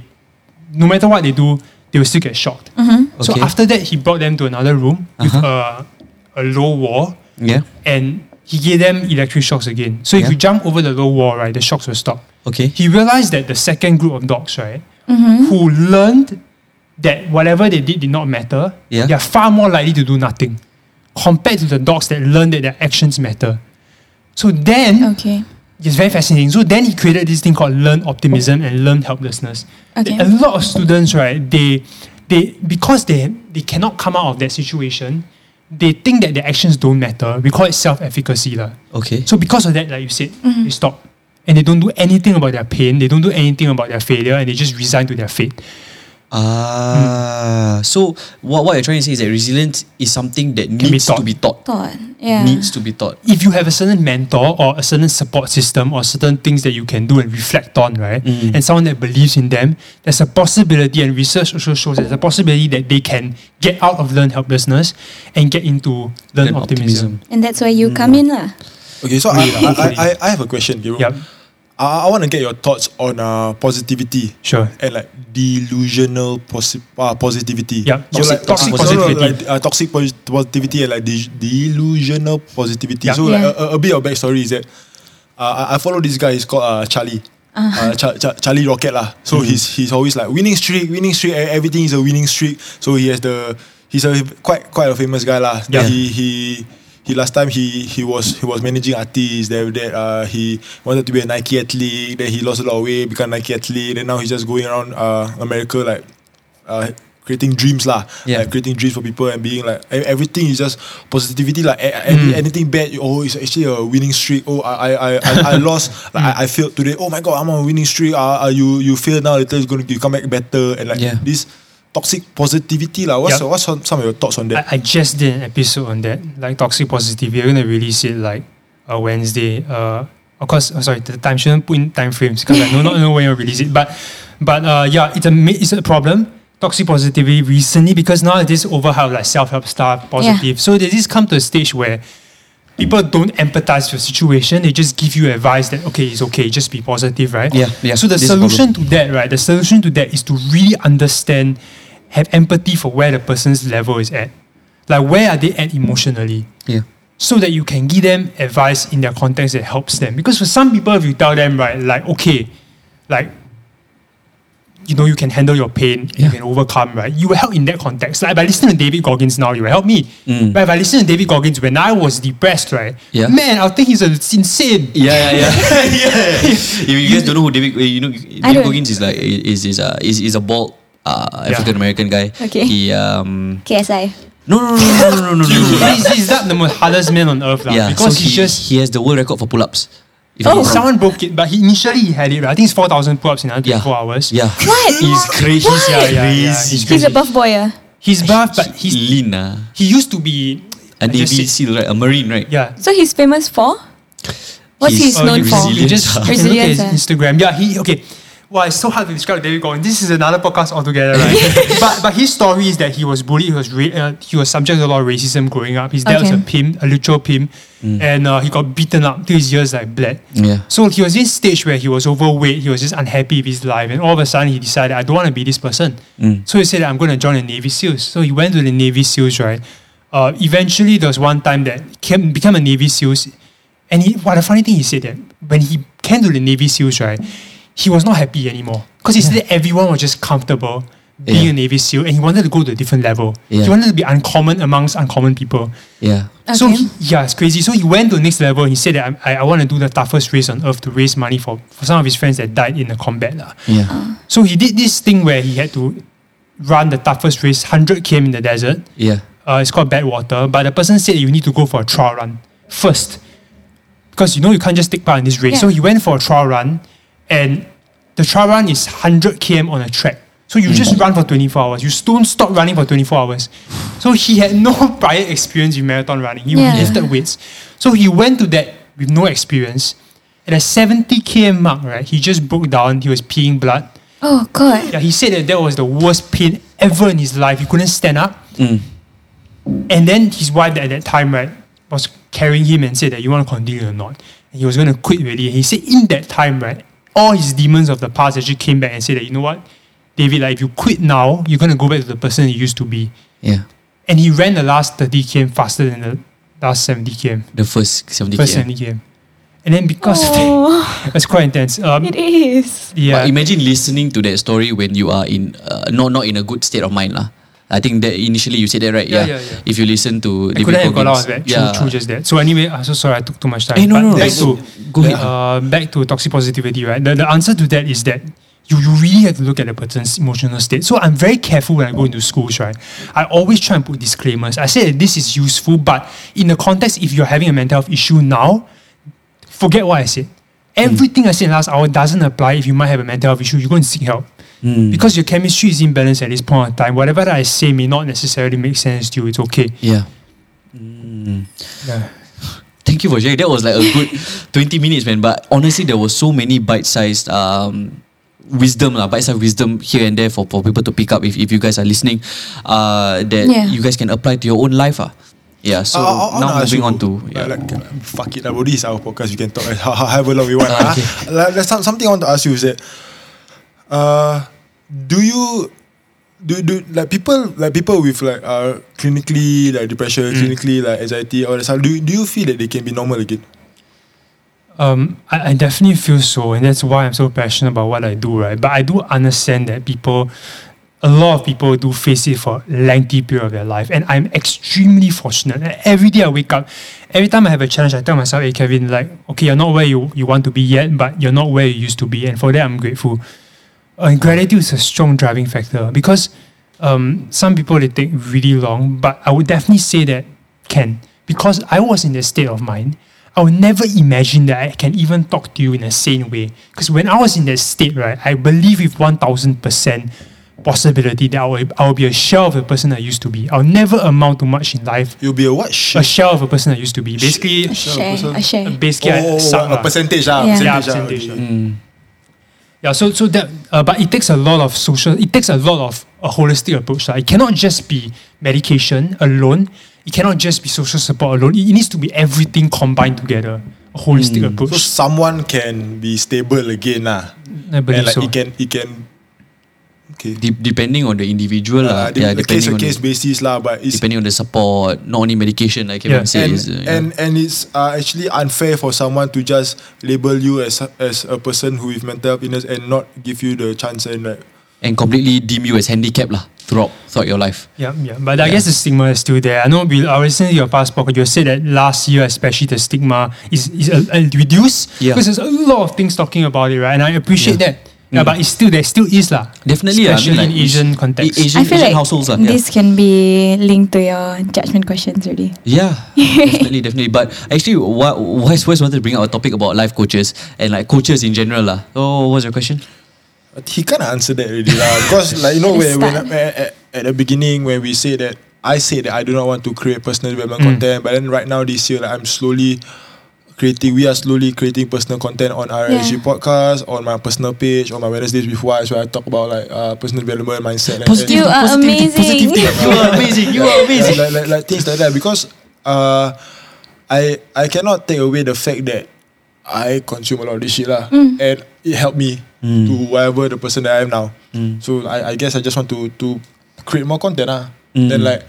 E: no matter what they do, they will still get shocked. So
D: Okay. Uh-huh.
E: after that, he brought them to another room with a, a low wall,
D: Yeah.
E: and he gave them electric shocks again. So if
D: Yeah.
E: you jump over the low wall, right, the shocks will stop.
D: Okay.
E: He realized that the second group of dogs, right,
H: Mm-hmm.
E: who learned that whatever they did did not matter,
D: Yeah.
E: they are far more likely to do nothing. compared to the dogs that learn that their actions matter. So then,
H: Okay.
E: it's very fascinating. So then he created this thing called learn optimism and learn helplessness.
H: Okay.
E: A lot of students, right, they they because they they cannot come out of that situation, they think that their actions don't matter. We call it self-efficacy. lah.
D: Okay.
E: So because of that, like you said, they stop. And they don't do anything about their pain, they don't do anything about their failure, and they just resign to their fate.
D: Ah, so what what you're trying to say is that resilience is something that
E: be
D: needs to
E: taught.
D: be taught.
H: Thought. Yeah.
D: Needs to be taught.
E: If you have a certain mentor or a certain support system or certain things that you can do and reflect on, right? And someone that believes in them, there's a possibility, and research also shows there's a possibility that they can get out of learned helplessness and get into learned
D: Learn
E: optimism.
H: And that's where you come in lah.
A: Okay, so I, I, I, I, I have a question, Giro.
E: Yep.
A: I, I want to get your thoughts on uh, positivity.
E: Sure.
A: And like delusional posi- uh, positivity.
E: Yep.
A: So
E: Toxic-
A: like toxic,
E: toxic
A: positivity.
E: positivity.
A: like, uh, toxic posi- positivity and like de- delusional positivity.
E: Yep.
A: So like,
H: Yeah.
A: a, a- a bit of backstory is that uh, I, I follow this guy. He's called uh, Charlie. Uh, Cha- Cha- Charlie Rocket lah. So he's he's always like winning streak, winning streak. e- Everything is a winning streak. So he has the he's a quite quite a famous guy lah.
E: Yeah.
A: He he he last time he he was he was managing artists. Then that uh, he wanted to be a Nike athlete. Then he lost a lot of weight, become Nike athlete. Then now he's just going around uh, America like uh, creating dreams lah.
D: Yeah.
A: Like creating dreams for people and being like e- everything is just positivity. Like a- any,
D: Hmm.
A: anything bad, oh, it's actually a winning streak. Oh, I I I, I,
D: [laughs]
A: I lost. Like, I, I failed today. Oh my god, I'm on a winning streak. Uh, uh, you you fail now later, it's going to you come back better and like
D: Yeah.
A: this toxic positivity lah. What's
E: Yup.
A: what's some, some of your thoughts on that?
E: I, I just did an episode on that, like toxic positivity. We're gonna release it like a Wednesday. Uh, of course, oh, sorry, the time shouldn't put in time frames because I know not know when you release it. But, but uh, yeah, it's a ma- it's a problem. Toxic positivity recently because now this overhype like self help stuff, positive. So they just come to a stage where people don't empathize with your situation. They just give you advice that okay, it's okay, just be positive, right?
D: Yeah, yeah,
E: So the
D: this is a problem.
E: solution to that, right? The solution to that is to really understand, have empathy for where the person's level is at. Like where are they at emotionally?
D: Yeah.
E: So that you can give them advice in their context that helps them. Because for some people, if you tell them, right, like, okay, like you know, you can handle your pain,
D: Yeah.
E: you can overcome, right? You were help in that context. Like if I listen to David Goggins now, you will help me. But if I listen to David Goggins when I was depressed, right?
D: Mm. Yeah.
E: Man, I think he's a, it's insane.
D: [laughs] Yeah,
H: [laughs]
D: yeah, yeah. If you guys don't know who David, eh, you know,
H: I
D: David
H: don't.
D: Goggins is like is is a is, is a bald uh,
E: Yeah.
D: African American guy.
H: Okay.
D: He um
H: KSI.
D: no no no no
E: [laughs]
D: no no no. no, no.
E: he's, he's not the most hardest man on earth, lah.
D: yeah,
E: because
D: so
E: he's
D: he,
E: just
D: he has the world record for pull-ups. If
E: oh,
D: I'm not wrong.
E: someone broke it, but he initially he had it. Right? I think it's four thousand pull-ups in under
D: yeah.
E: four hours.
D: Yeah.
H: What?
D: He's crazy.
E: yeah, yeah, yeah.
D: Crazy.
E: He's,
H: He's
E: crazy.
H: a buff boy. ah.
E: he's buff, but
D: He's
E: he's
D: lean ah.
E: he used to be
D: A
E: I just
D: Navy
E: said-
D: SEAL, right? A Marine, right?
E: Yeah,
H: So he's famous for? What's
D: He's
H: he's,
E: Oh,
H: known
E: you
H: for?
E: just- You [laughs] just
D: Resilience.
E: you can look at his
H: Resilience, eh?
E: Instagram. Yeah, he okay. Wow, it's so hard to describe David Goggins. This is another podcast altogether,
H: [laughs]
E: right? but but his story is that he was bullied. He was ra- uh, he was subject to a lot of racism growing up. His dad was a
H: Okay.
E: pimp, a literal pimp, and uh, he got beaten up till his ears like bled.
D: Yeah.
E: So he was in this stage where he was overweight, he was just unhappy with his life, and all of a sudden he decided, I don't want to be this person.
D: Mm.
E: So he said, I'm going to join the Navy SEALs. So he went to the Navy SEALs, right? Uh, eventually, there was one time that he came, became a Navy SEALs, and he, what the funny thing he said that when he came to the Navy SEALs, right, he was not happy anymore because he said that everyone was just comfortable being a
D: Yeah.
E: Navy SEAL, and he wanted to go to a different level.
D: Yeah.
E: He wanted to be uncommon amongst uncommon people.
D: Yeah.
E: So
H: Okay.
E: he, yeah, it's crazy. So he went to the next level. He said that I, I, I want to do the toughest race on earth to raise money for, for some of his friends that died in the combat. lah.
D: Yeah.
E: So he did this thing where he had to run the toughest race, 100 km in the desert.
D: Yeah.
E: Uh, it's called Badwater. But the person said you need to go for a trial run first. Because you know you can't just take part in this race.
H: Yeah.
E: So he went for a trial run and the trial run is 100 km on a track. So you just
H: Mm.
E: run for 24 hours. You don't stop running for 24 hours. So he had no [laughs] prior experience in marathon running. He
H: Yeah.
E: lifted weights. So he went to that with no experience. At a 70 km mark, right, he just broke down. He was peeing blood.
H: Oh god.
E: Yeah, he said that that was the worst pain ever in his life. He couldn't stand up. And then his wife at that time, right, was carrying him and said that you want to continue or not. And he was going to quit really. He said in that time, right, all his demons of the past actually came back and said that, you know what, David, like if you quit now, you're going to go back to the person you used to be.
D: Yeah.
E: And he ran the last 30 km faster than the last 70 km,
D: The first 70
E: first
D: km.
E: 70 km. And then because of that,
H: Oh,
E: that's quite intense. Um,
H: it is.
E: yeah.
D: But imagine listening to that story when you are in uh, not not in a good state of mind lah. I think that initially you said that right.
E: Yeah,
D: Yeah.
E: yeah, yeah.
D: If you listen to
E: I
D: David
E: couldn't have got out of
D: Goggins.
E: that. True, true, just that. So anyway, I'm so sorry I took too much time.
D: Eh, no,
E: But
D: no,
E: back
D: it's-
E: to
D: go ahead.
E: Uh, back to toxic positivity, right? The, the answer to that is that you, you really have to look at the person's emotional state. So I'm very careful when I go into schools, right? I always try and put disclaimers. I say that this is useful, but in the context, if you're having a mental health issue now, forget what I said. Everything I said last hour doesn't apply if you might have a mental health issue. You go and seek help.
D: Hmm.
E: Because your chemistry is imbalanced at this point in time. Whatever that I say may not necessarily make sense to you. It's okay.
D: Yeah.
E: Yeah.
D: Thank you for sharing. That was like a good 20 minutes, man. But honestly, there were so many bite-sized um, wisdom, lah, bite-sized wisdom here and there for, for people to pick up if, if you guys are listening, uh, that
H: Yeah.
D: you guys can apply to your own life. ah. Yeah, so
A: I- I- I wanna
D: now
A: ask
D: moving
A: you,
D: on to...
A: uh, oh, like,
D: Yeah.
A: like, uh, fuck it, bro. This is our podcast. We can talk how- how- [laughs] however long we want.
D: Ah,
A: Ah,
D: okay.
A: like, there's some, something I want to ask you is that, uh, do you do, do like people like people with like uh clinically like depression,
D: Mm.
A: clinically like anxiety or stuff, do do you feel that they can be normal again?
E: Um, I, I definitely feel so, and that's why I'm so passionate about what I do, right? But I do understand that people, a lot of people do face it for lengthy period of their life, and I'm extremely fortunate. And Every day I wake up, every time I have a challenge, I tell myself, "Hey, Kevin, like, okay, you're not where you, you want to be yet, but you're not where you used to be," and for that, I'm grateful. And gratitude is a strong driving factor because um, some people they take really long, but I would definitely say that can because I was in that state of mind. I would never imagine that I can even talk to you in a sane way. Because when I was in that state, right, I believe with one thousand percent possibility that I will, I will be a shell of the person I used to be. I'll never amount to much in life.
A: You'll be a what?
E: A
A: Shit.
E: shell of a person I used to be. Basically,
H: A share, a share.
E: basically, I
A: oh,
E: suck
A: a
E: lah.
A: percentage, ah,
H: Yeah.
E: Yeah,
A: percentage, ah, okay.
E: percentage,
D: Mm.
E: Yeah, so so that uh, but it takes a lot of social it takes a lot of a holistic approach. Like it cannot just be medication alone. It cannot just be social support alone. It, it needs to be everything combined together. A holistic
D: Mm.
A: So
E: approach.
A: someone can be stable again, lah.
E: I
A: and
E: believe
A: like
E: so.
A: it can it can. Okay.
D: De- depending on the individual,
A: Uh,
D: lah.
A: the,
D: yeah,
A: the case
D: depending
A: to
D: on
A: case basis, lah. But it's
D: depending on the support, not only medication, like
E: Yeah.
D: Kevin said.
A: and
D: is, uh, yeah.
A: and, and it's uh, actually unfair for someone to just label you as as a person who with mental health illness and not give you the chance and like
D: and completely deem you as handicapped lah throughout throughout your life.
E: Yeah, yeah. But I guess the stigma is still there. I know we I recently your past podcast, you said that last year especially the stigma is is uh, uh, reduced.
D: Yeah.
E: Because there's a lot of things talking about it, right? And I appreciate
D: Yeah. Mm.
E: that. Yeah, but it's still there still is lah.
D: Definitely, lah. I mean,
E: Especially
D: like,
E: in Asian context.
D: Asian,
H: I feel
D: Asian
H: like
D: households, lah. yeah.
H: this can be linked to your judgment questions already.
D: Yeah, [laughs] definitely, definitely. But actually, why Wise Wise wanted to bring out a topic about life coaches and like coaches in general, lah. Oh, what's your question?
A: he kind of answered that already
D: [laughs]
A: lah. Because like you know
H: At the
A: when, when
H: start.
A: at, at, at the beginning when we say that I say that I do not want to create personal development
D: Mm.
A: content, but then right now this year like, I'm slowly creating. We are slowly creating personal content on our
H: Yeah.
A: RSG podcast, on my personal page, on my Wednesdays with Wise, where I talk about like uh, personal development mindset. and-
D: Positivity,
H: You are
D: positivity,
H: amazing.
D: positivity. [laughs] you are amazing. You are amazing.
A: [laughs] like, like, like things like that because uh, I I cannot take away the fact that I consume a lot of this shit lah, and it helped me
D: Mm.
A: to whatever the person that I am now. So I, I guess I just want to to create more content lah.
D: Mm.
A: Then like.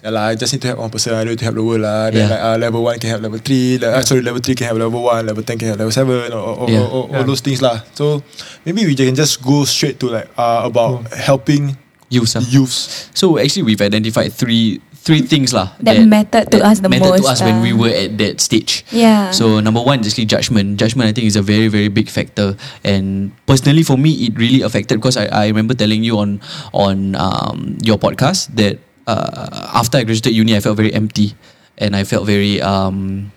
A: Yeah, lah, I just need to help one person. I don't need to help the world lah. Then
D: Yeah.
A: like uh, level one can help level three. Like, uh, sorry, level three can help level one. Level ten can help level seven. Or, or, or,
D: Yeah.
A: or, or
E: Yeah.
A: those things lah. So maybe we can just go straight to like uh, about helping
D: Youths, ah.
A: youths.
D: So actually, we've identified three three things lah
H: That mattered to us the
D: mattered to us
H: most,
D: when
H: ah.
D: we were at that stage.
H: Yeah.
D: So number one, is actually judgment. Judgment, I think, is a very very big factor. And personally, for me, it really affected because I, I remember telling you on on um, your podcast that uh, after I graduated uni, I felt very empty, and I felt very um,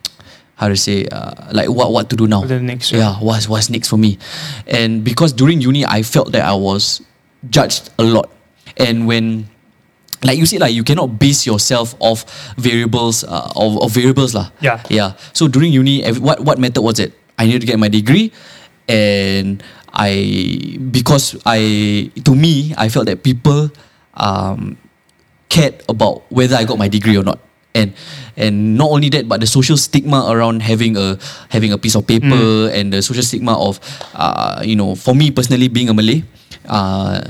D: how to say uh, like what what to do now.
E: The next, right?
D: yeah, what's what's next for me and because during uni i felt that i was judged a lot and when like you said like you cannot base yourself off variables uh, of, of variables lah
E: Yeah.
D: yeah so during uni ev- what what method was it i needed to get my degree and i because i to me i felt that people um cared about whether I got my degree or not. And and not only that, but the social stigma around having a having a piece of paper and the social stigma of uh, you know, for me personally being a Malay, uh,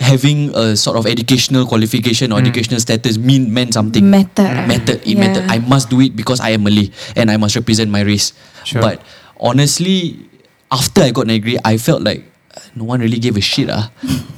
D: having a sort of educational qualification or educational status mean meant something.
H: Mattered.
D: Mattered. Mm. It
H: Yeah.
D: mattered. I must do it because I am Malay and I must represent my race.
E: Sure.
D: But honestly, after I got my degree, I felt like uh, no one really gave a shit ah,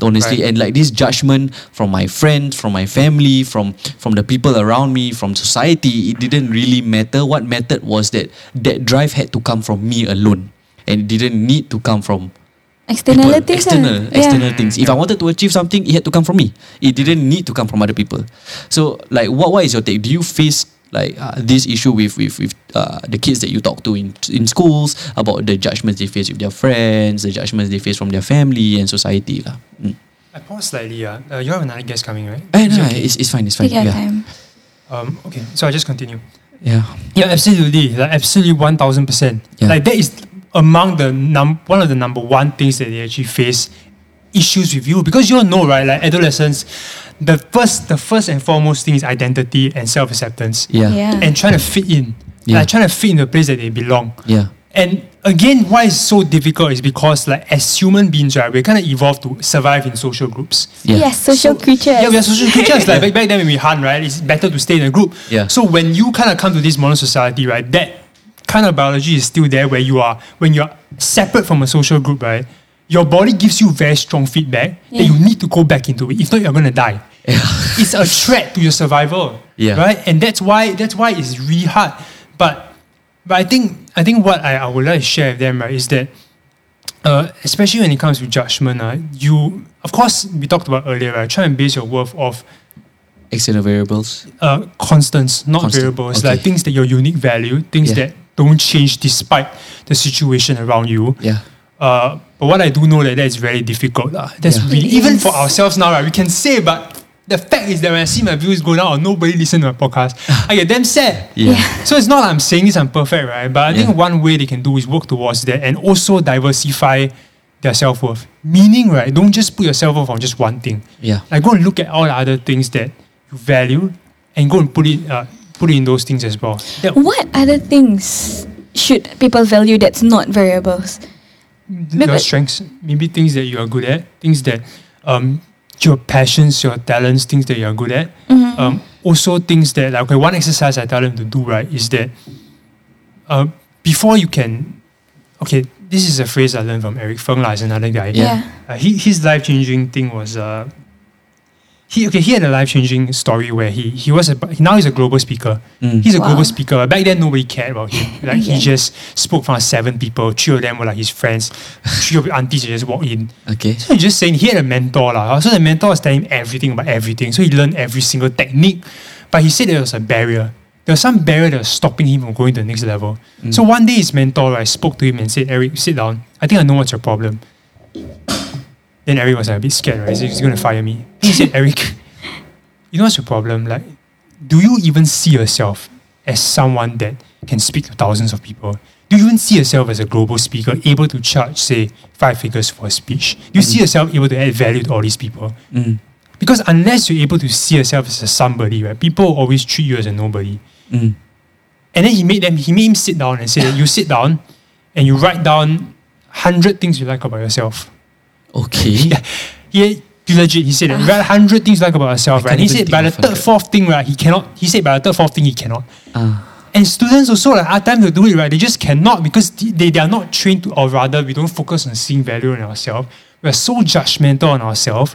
D: honestly. And like this judgment from my friends, from my family, from from the people around me, from society, it didn't really matter. What mattered was that that drive had to come from me alone, and it didn't need to come from people,
H: Externalities.
D: external,
H: lah.
D: external things. If I wanted to achieve something, it had to come from me. It didn't need to come from other people. So, like, what what is your take? Do you face like uh, this issue with with with uh, the kids that you talk to in in schools about the judgments they face with their friends, the judgments they face from their family and society lah? Mm.
E: I paused slightly. Uh, uh, you have another guest coming, right?
D: Eh, no, it's it's fine, it's fine.
H: Take your
D: Yeah,
H: time.
E: Um, okay, so I just continue.
D: yeah,
E: Yeah, absolutely. Like absolutely one thousand percent.
D: Yeah.
E: Like that is among the num one of the number one things that they actually face issues with you because you all know right like adolescents the first the first and foremost thing is identity and self-acceptance
D: yeah,
H: Yeah.
E: and trying to fit in
D: Yeah.
E: like trying to fit in the place that they belong
D: yeah,
E: and again why it's so difficult is because like as human beings right we're kind of evolved to survive in social groups
D: yeah.
H: Yes, social creatures.
E: yeah, we are social creatures. [laughs] like back, back then when we hunt, right? It's better to stay in a group.
D: Yeah.
E: So when you kind of come to this modern society, right, that kind of biology is still there where you are when you're separate from a social group, right? Your body gives you very strong feedback that
H: Yeah.
E: you need to go back into it. If not, you're gonna die. it's a threat to your survival.
D: Yeah.
E: Right? And that's why that's why it's really hard. But but I think I think what I, I would like to share with them, right, is that uh, especially when it comes to judgment, uh, you of course we talked about earlier, right? Try and base your worth off
D: External variables.
E: uh, constants, not
D: Constant,
E: variables,
D: okay.
E: like things that your unique value, things
D: Yeah.
E: that don't change despite the situation around you.
D: Yeah,
E: Uh, but what I do know that that is very difficult. lah. That's
D: Yeah.
E: really,
H: It
E: even
H: is.
E: for ourselves now, right? We can say, but the fact is that when I see my views go down or nobody listen to my podcast, I get damn sad.
D: yeah,
E: So it's not like I'm saying this, I'm perfect, right? But I
D: Yeah.
E: think one way they can do is work towards that and also diversify their self worth. Meaning, right? Don't just put your self worth on just one thing.
D: yeah,
E: Like go and look at all the other things that you value and go and put it uh, put it in those things as well. That-
H: What other things should people value that's not variables?
E: your
H: but-
E: strengths, maybe things that you are good at, things that um, your passions, your talents, things that you are good at. Um, also, things that like okay, one exercise I tell them to do right is that uh, before you can, okay, this is a phrase I learned from Eric Feng, lah, is another guy.
D: Yeah.
E: Uh, he, his life changing thing was uh, he okay. He had a life changing story where he he was a now he's a global speaker.
D: Mm.
E: He's a
H: Wow.
E: global speaker. but Back then, nobody cared about him. Like he
H: Okay.
E: just spoke from seven people. Three of them were like his friends. Three of the aunties just walked in.
D: okay,
E: So he's just saying he had a mentor lah. So the mentor was telling him everything about everything. So he learned every single technique, but he said there was a barrier. There was some barrier that was stopping him from going to the next level. So one day his mentor right spoke to him and said, "Eric, sit down. I think I know what's your problem." Then Eric was like, a bit scared, right? So he's gonna fire me. He said, Eric, [laughs] you know what's your problem? Like, do you even see yourself as someone that can speak to thousands of people? Do you even see yourself as a global speaker, able to charge, say, five figures for a speech? Do you see yourself able to add value to all these people? Because unless you're able to see yourself as a somebody, right, people always treat you as a nobody.
D: Mm.
E: And then he made them he made him sit down and said, You sit down and you write down hundred things you like about yourself
D: okay,
E: yeah, he, he legit. He said that hundred things like about herself,
D: I
E: right?
D: can't
E: He
D: even
E: said
D: think
E: by the
D: of
E: third,
D: 100.
E: fourth thing, right? He cannot. He said by the third, fourth thing, he cannot.
D: ah,
E: And students also like hard time to do it, right? They just cannot because th- they, they are not trained to, or rather, we don't focus on seeing value in ourselves. We're so judgmental on ourselves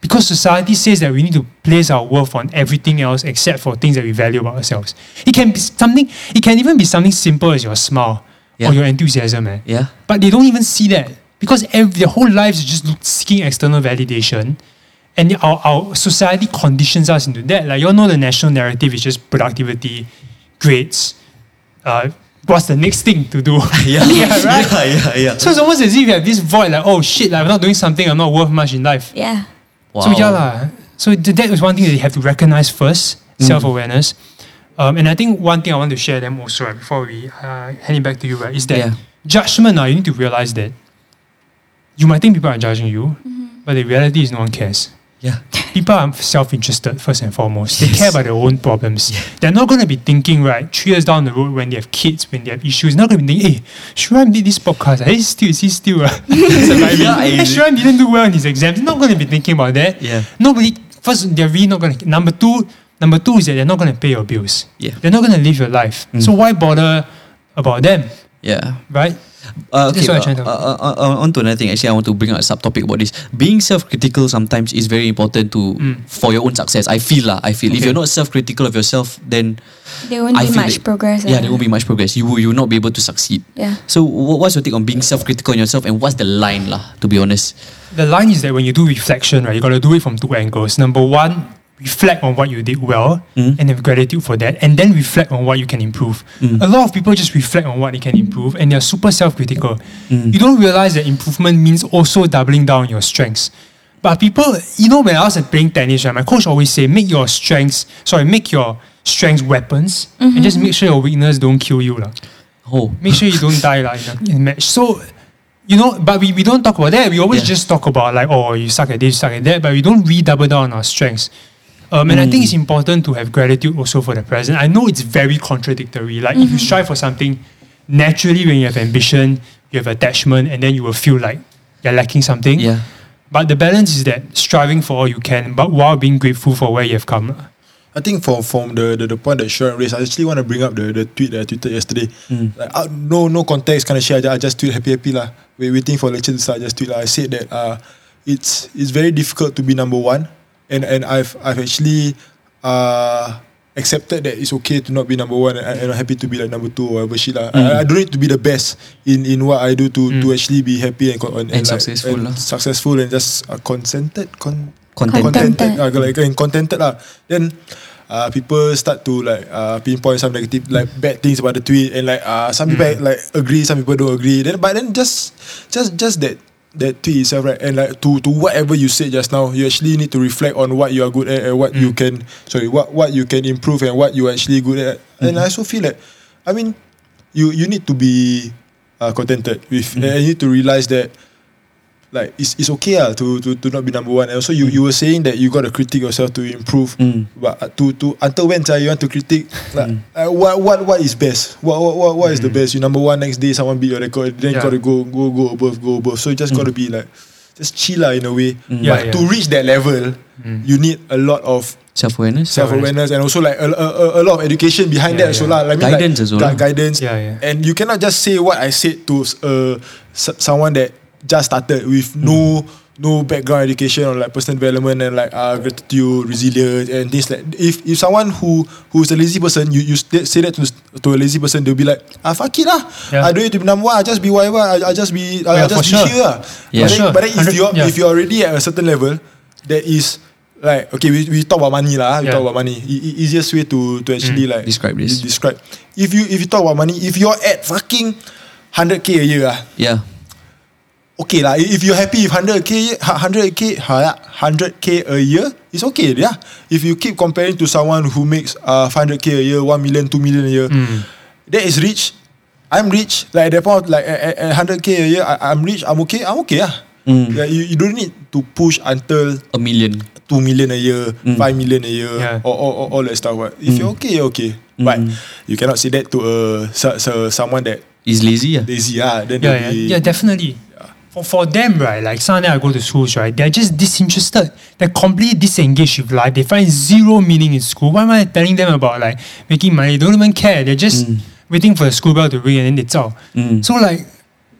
E: because society says that we need to place our worth on everything else except for things that we value about ourselves. It can be something. It can even be something simple as your smile
D: Yeah.
E: or your enthusiasm, eh. man
D: yeah,
E: but they don't even see that because ev their whole lives is just look- seeking external validation. And our, our society conditions us into that. Like, you all know the national narrative is just productivity, grades, uh, what's the next thing to do?
D: [laughs]
E: [laughs]
D: yeah,
E: yeah, right?
D: [laughs] yeah, yeah.
E: So it's almost as if you have this void, like, oh shit, like, I'm not doing something, I'm not worth much in life.
H: Yeah.
E: So yeah lah. So th- that is one thing that you have to recognize first,
D: Mm.
E: self awareness. Um, and I think one thing I want to share them also right, before we uh, hand it back to you right is that [laughs]
D: Yeah.
E: judgment. Uh, you need to realize that you might think people are judging you, but the reality is no one cares.
D: yeah,
E: People are self interested first and foremost. They
D: Yes.
E: care about their own problems. They're not going to be thinking right three years down the road when they have kids, when they have issues. Not going to be thinking, hey, Shuram did this podcast. Hey, still is he still
D: [laughs]
E: uh, surviving? [laughs]
D: Yeah,
E: hey,
D: is it-
E: Shuram didn't do well in his exams. Not going to be thinking about that.
D: Yeah.
E: Nobody. First, they're really not going to. Number two, number two is that they're not going to pay your bills.
D: Yeah. Mm.
E: They're not going to live your life. So why bother about them,
D: yeah.
E: right?
D: Uh, okay,
E: That's what I'm trying
D: uh,
E: to-
D: uh, uh, uh, on to another thing. Actually, I want to bring up a subtopic about this. Being self-critical sometimes is very important to
E: Mm.
D: for your own success. I feel lah. I feel if you're not self-critical of yourself, then
H: There won't
D: I
H: be
D: feel
H: much
D: that-
H: progress,
D: Yeah,
H: ah.
D: there won't be much progress. You will, you will not be able to succeed.
H: Yeah.
D: So, wha- what's your take on being self-critical on yourself, and what's the line lah? To be honest,
E: The line is that when you do reflection, right, you got to do it from two angles. Number one, reflect on what you did well
D: Mm.
E: and have gratitude for that, and then reflect on what you can improve. A lot of people just reflect on what they can improve and they're super self critical. You don't realize that improvement means also doubling down on your strengths. But people, you know, when I was playing tennis, right, my coach always say, make your strengths, sorry, make your strengths weapons and just make sure your weakness don't kill you. lah
D: oh,
E: make sure you
D: [laughs]
E: don't die like in, a, in match. So you know, but we, we don't talk about that. We always
D: Yeah.
E: just talk about like, oh, you suck at this, you suck at that, but we don't redouble down on our strengths. Um, and I think it's
D: Mm.
E: important to have gratitude also for the present. I know it's very contradictory. Like
D: Mm-hmm.
E: if you strive for something, naturally when you have ambition, you have attachment, and then you will feel like you're lacking something.
D: yeah.
E: But the balance is that striving for all you can, but while being grateful for where you have come. lah.
A: I think from from the, the, the point that Sharon raised, I actually want to bring up the, the tweet that I tweeted yesterday.
D: Hmm.
A: Like, uh, no no context kind of shit. I just, I just tweet happy happy lah. We waiting for lecture to start. I just tweet lah. I said that uh, it's it's very difficult to be number one, and and I've I've actually uh accepted that it's okay to not be number one and, I- and I'm happy to be like number two or whatever shit lah.
D: Hmm.
A: I, I don't need to be the best in in what I do to to actually be happy and con- and,
D: And
A: like,
D: successful
A: and
D: lah.
A: successful and just uh, consented con-
D: Contented.
A: contented, uh, like and contented lah. Then uh, people start to like uh, pinpoint some negative like bad things about the tweet and like uh, some people like agree, some people don't agree. Then but then just just just that that tweet itself right and like to to whatever you said just now, you actually need to reflect on what you are good at and what you can sorry what what you can improve and what you are actually good at. And I also feel like I mean you you need to be uh, contented with
E: Mm-hmm.
A: and you need to realize that like it's, it's okay ah to, to to not be number one. And also you,
E: Mm.
A: you were saying that you got to critique yourself to improve. But uh, to to until when sir, you want to critique
E: Mm.
A: like, uh, what what what is best? What what what, what is the best? You number one next day someone beat your record, then you
E: Yeah.
A: gotta go go go above, go above. So you just gotta be like just chill lah in a way.
E: Yeah,
A: but
E: Mm. yeah. Mm.
A: to reach that level, you need a lot of
D: Self-awareness.
A: self awareness and also like a, a, a- a lot of education behind
E: Yeah,
A: that. So
E: yeah.
A: lah, I mean,
D: Guidance
A: like,
D: as well,
A: gu-
D: lah.
A: Guidance.
E: Yeah, yeah.
A: And you cannot just say what I said to uh, s- someone that just started with
D: Hmm.
A: no no background education or like personal development and like uh, gratitude, resilience, and things like. If if someone who who's a lazy person, you you st- say that to to a lazy person, they'll be like, ah fuck it lah,
E: Yeah.
A: I
E: Oh,
A: don't need to be number one. I just be whatever. I I just be I
E: Yeah,
A: just
E: for
A: be
E: sure.
A: here. lah." But
D: Yeah.
A: then,
D: For
E: sure.
A: but then if
E: Hundred-
A: you are
E: yeah.
A: if you are already at a certain level, there is like okay, we, we talk about money lah. We
E: Yeah.
A: talk about money. E- e- easiest way to to actually like
D: Mm, Describe this.
A: de- Describe. If you if you talk about money, if you're at fucking hundred k a year ah,
D: Yeah.
A: okay lah. If you're happy with hundred k, hundred k, hundred k a year, it's okay. Yeah. If you keep comparing to someone who makes uh hundred k a year, 1 million, 2 million a year,
E: Hmm.
A: that is rich. I'm rich. Like at that point, like at hundred k a year, I, I'm rich. I'm okay. I'm okay ah. Yeah, you, you don't need to push until
D: A million.
A: 2 million a year, 5 million a year,
E: Yeah.
A: or, or, or all that stuff. But if you're okay, you're okay. But you cannot say that to a, so, so someone that
D: Is lazy. Yeah.
A: lazy, ah, then
E: yeah,
A: they'll
E: yeah,
A: be,
E: yeah, definitely. For, for them, right, like some of them I go to schools, right, they're just disinterested. They're completely disengaged with life. They find zero meaning in school. Why am I telling them about like making money? They don't even care. They're just
A: Mm.
E: waiting for the school bell to ring and then they zao. So like,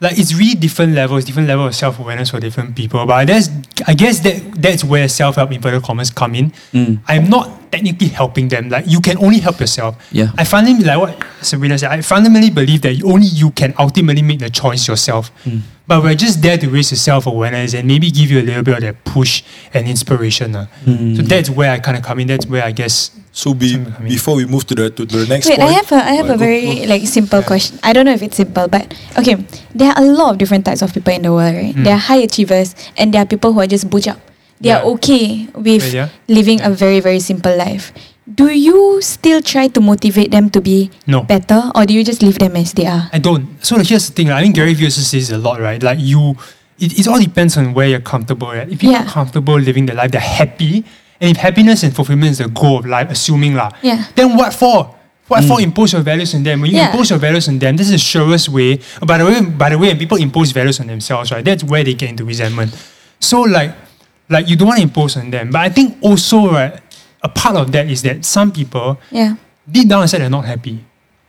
E: like it's really different levels, different level of self awareness for different people. But that's I guess that that's where self help inverted commas come in.
A: Mm.
E: I'm not technically helping them. Like you can only help yourself.
D: Yeah.
E: I finally like what Sabrina said. I fundamentally believe that only you can ultimately make the choice yourself. But we're just there to raise your self awareness and maybe give you a little bit of that push and inspiration. lah. So that's where I kind of come in. That's where I guess.
A: So be,
E: Something, I mean-
A: before we move to the to the next
H: Wait,
A: point,
H: I have a I have
A: Go-
H: a very
A: go.
H: like simple question. I don't know if it's simple, but okay, there are a lot of different types of people in the world,
D: Hmm.
H: right? There are high achievers and there are people who are just butch up. They are
E: Yeah.
H: okay with
E: Yeah, yeah.
H: living a very very simple life. Do you still try to motivate them to be
E: No.
H: better, or do you just leave them as they are?
E: I don't. So here's the thing. lah. I think Gary Vee also says a lot, right? Like you, it, it all depends on where you're comfortable at. If you're
H: Yeah.
E: comfortable living the life, they're happy, and if happiness and fulfillment is the goal of life, assuming lah,
H: Yeah.
E: then what for? What for impose your values on them? When you
H: Yeah.
E: impose your values on them, this is the surest way. Oh, By the way, by the way, when people impose values on themselves, right? That's where they get into resentment. So like, like you don't want to impose on them, but I think also right, a part of that is that some people
H: Yeah.
E: deep down inside they're not happy,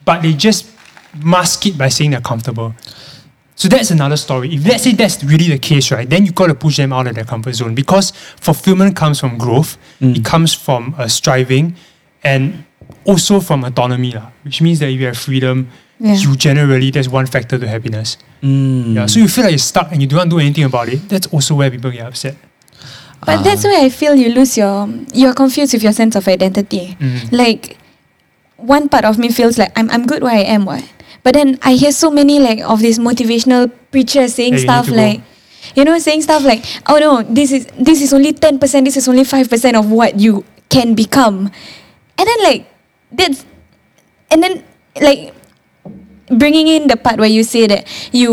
E: but they just mask it by saying they're comfortable. So that's another story. If let's say that's really the case, right, then you got to push them out of their comfort zone because fulfillment comes from growth, it comes from uh, striving, and also from autonomy, lah, which means that if you have freedom,
H: Yeah.
E: you generally, there's one factor to happiness. Yeah, so you feel like you're stuck and you don't do anything about it. That's also where people get upset.
H: But
E: Um,
H: that's why I feel you lose your you're confused with your sense of identity.
E: Mm-hmm.
H: Like one part of me feels like I'm I'm good where I am, what? But then I hear so many like of these motivational preachers saying
E: Hey, you need
H: stuff
E: to go.
H: like you know, saying stuff like, Oh no, this is this is only ten percent, this is only five percent of what you can become. And then like that's and then like bringing in the part where you say that you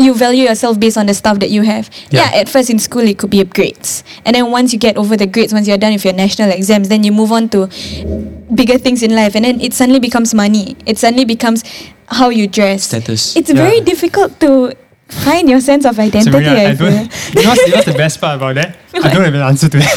H: you value yourself based on the stuff that you have.
E: Yeah.
H: Yeah. at first in school it could be grades, and then once you get over the grades, once you're done with your national exams, then you move on to bigger things in life, and then it suddenly becomes money. It suddenly becomes how you dress.
D: Status.
H: It's
E: Yeah.
H: very difficult to find your sense of identity. I,
E: I
H: feel.
E: don't. You know, what's, you know what's the best part about that? I don't have an answer to that.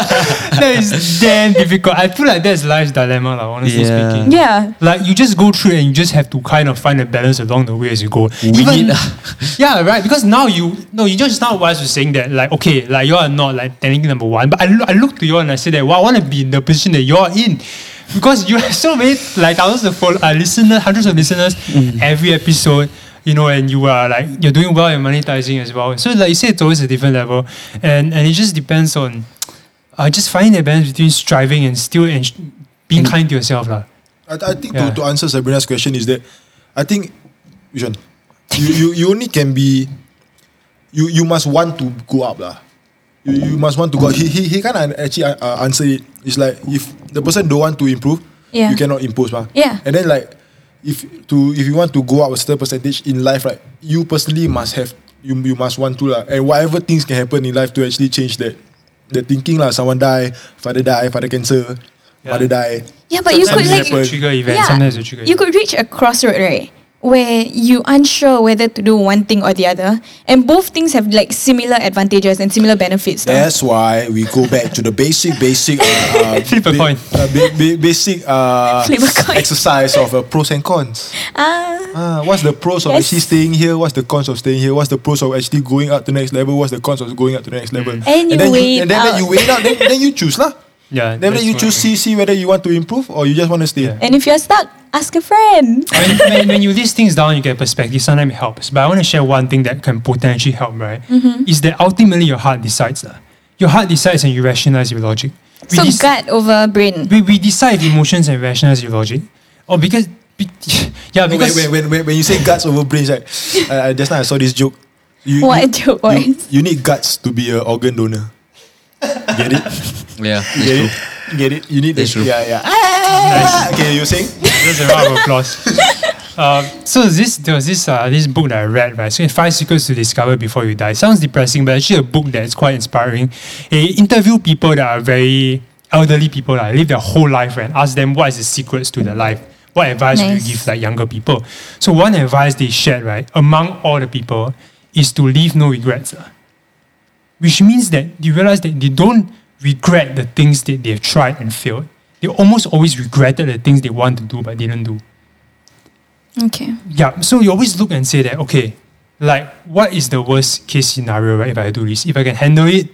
E: that is damn difficult. I feel like that's life's dilemma, lah, honestly
D: Yeah.
E: speaking.
H: Yeah.
E: [laughs] Like you just go through it and you just have to kind of find a balance along the way as you go.
D: We
E: Even-
D: need-
E: [laughs] yeah, right. Because now you no, you just now was saying that like okay, like you are not like technically number one, but I look, I look to you and I say that wow, I want to be in the position that you're in. Because you have so many like thousands of follow, uh, listeners, hundreds of listeners
D: Mm.
E: every episode, you know, and you are like you're doing well and monetizing as well. So like you say, it's always a different level, and and it just depends on, uh, just finding the balance between striving and still and sh- being kind to yourself, lah.
A: I, I think
E: Yeah.
A: to, to answer Sabrina's question is that I think which one? You, you you only can be you you must want to go up lah. You, you must want to go. up. He he he can actually uh, answer it. It's like if the person don't want to improve,
H: Yeah.
A: you cannot impose mah.
H: Yeah.
A: And then like if to if you want to go up a certain percentage in life, right? You personally must have you you must want to lah. And whatever things can happen in life to actually change that the thinking lah. Someone die, father die, father cancer, mother die.
H: Yeah, but you could
A: Sometimes
H: like
A: it's happen.
E: trigger event. Sometimes it's a trigger
H: You could reach a crossroad, right? Where you unsure whether to do one thing or the other, and both things have like similar advantages and similar benefits. though.
A: That's why we go back to the basic, basic, uh, uh,
E: [laughs] Flip a
A: ba-
E: coin.
A: uh, ba- ba- basic uh,
H: Flip a coin.
A: exercise of uh, pros and cons.
H: Ah,
A: Ah, what's the pros of
H: Yes.
A: actually staying here? What's the cons of staying here? What's the pros of actually going up to the next level? What's the cons of going up to the next level?
H: And you
A: then
H: weigh
A: and
H: it
A: then, then
H: out.
A: you weigh it out. Then, then you choose
E: [laughs]
A: lah.
E: Yeah.
A: Then,
E: that's
A: then you
E: what
A: choose
E: I
A: [laughs] see see whether you want to improve or you just want to stay.
E: Yeah.
H: and if you're stuck, ask a friend.
E: when, when, when you list things down, you get perspective. Sometimes it helps. But I want to share one thing that can potentially help, right?
H: Mm-hmm.
E: Is that ultimately your heart decides. lah. Your heart decides and you rationalize your logic. We,
H: So
E: dec-
H: gut over brain.
E: we, we decide emotions and rationalize your logic. Or because, be- [laughs] yeah,
A: When,
E: because
A: when, when, when, when you say guts over brains,
H: [laughs]
A: right? I, I just now I saw this joke. You,
H: What
A: you,
H: a joke
A: you,
H: was.
A: you need guts to be an organ donor. Get it?
D: Yeah. that's
A: Get
D: true.
A: it? Get it? You need
D: That's
A: the
D: true.
A: Yeah, yeah. Okay, you're saying?
E: That's a round of applause. Um, so this there was this uh, this book that I read right. So five secrets to discover before you die. Sounds depressing, but actually a book that is quite inspiring. It interview people that are very elderly people that live their whole life and ask them what is the secrets to their life. What advice would
H: Nice.
E: you give like younger people? So one advice they shared right among all the people is to leave no regrets. lah. Which means that you realize that they don't regret the things that they've tried and failed. They almost always regretted the things they want to do but didn't do.
H: Okay.
E: Yeah, so you always look and say that, okay, like what is the worst case scenario, right? If I do this, if I can handle it,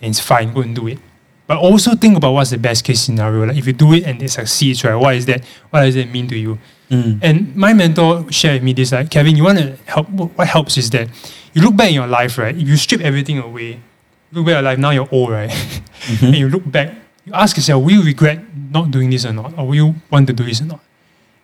E: then it's fine, go and do it. But also think about what's the best case scenario. Like if you do it and it succeeds, right? What is that? What does that mean to you? And my mentor shared with me this, like Kevin, you want to help. What what helps is that you look back in your life, right? If you strip everything away, look back at your life. Now you're old, right? [laughs] and you look back, you ask yourself, will you regret not doing this or not, or will you want to do this or not?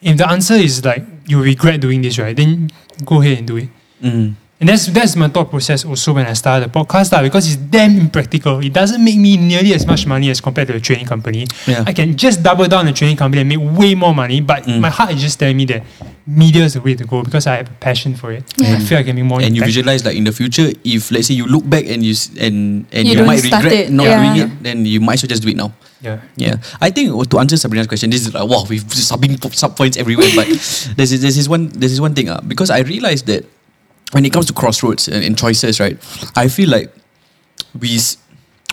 E: if the answer is like you regret doing this, right, then go ahead and do it.
D: Mm.
E: And that's that's my thought process also when I started the podcast lah, because it's damn impractical. It doesn't make me nearly as much money as compared to a training company.
D: Yeah. Mm.
E: I can just double down the training company and make way more money, but my heart is just telling me that media is the way to go because I have a passion for it. I feel I can be more
D: And you
E: impact-
D: visualize like in the future, if let's say you look back and you s- and and you,
H: You don't
D: might
H: start
D: regret
H: it,
D: not
H: yeah.
D: doing it, then you might as well just do it now.
E: Yeah.
D: Yeah, I think to answer Sabrina's question, this is like wow, we've subbing po- sub points everywhere. But [laughs] there's this there's this one there's this one thing uh, because I realized that when it comes to crossroads and, and choices, right? I feel like we s-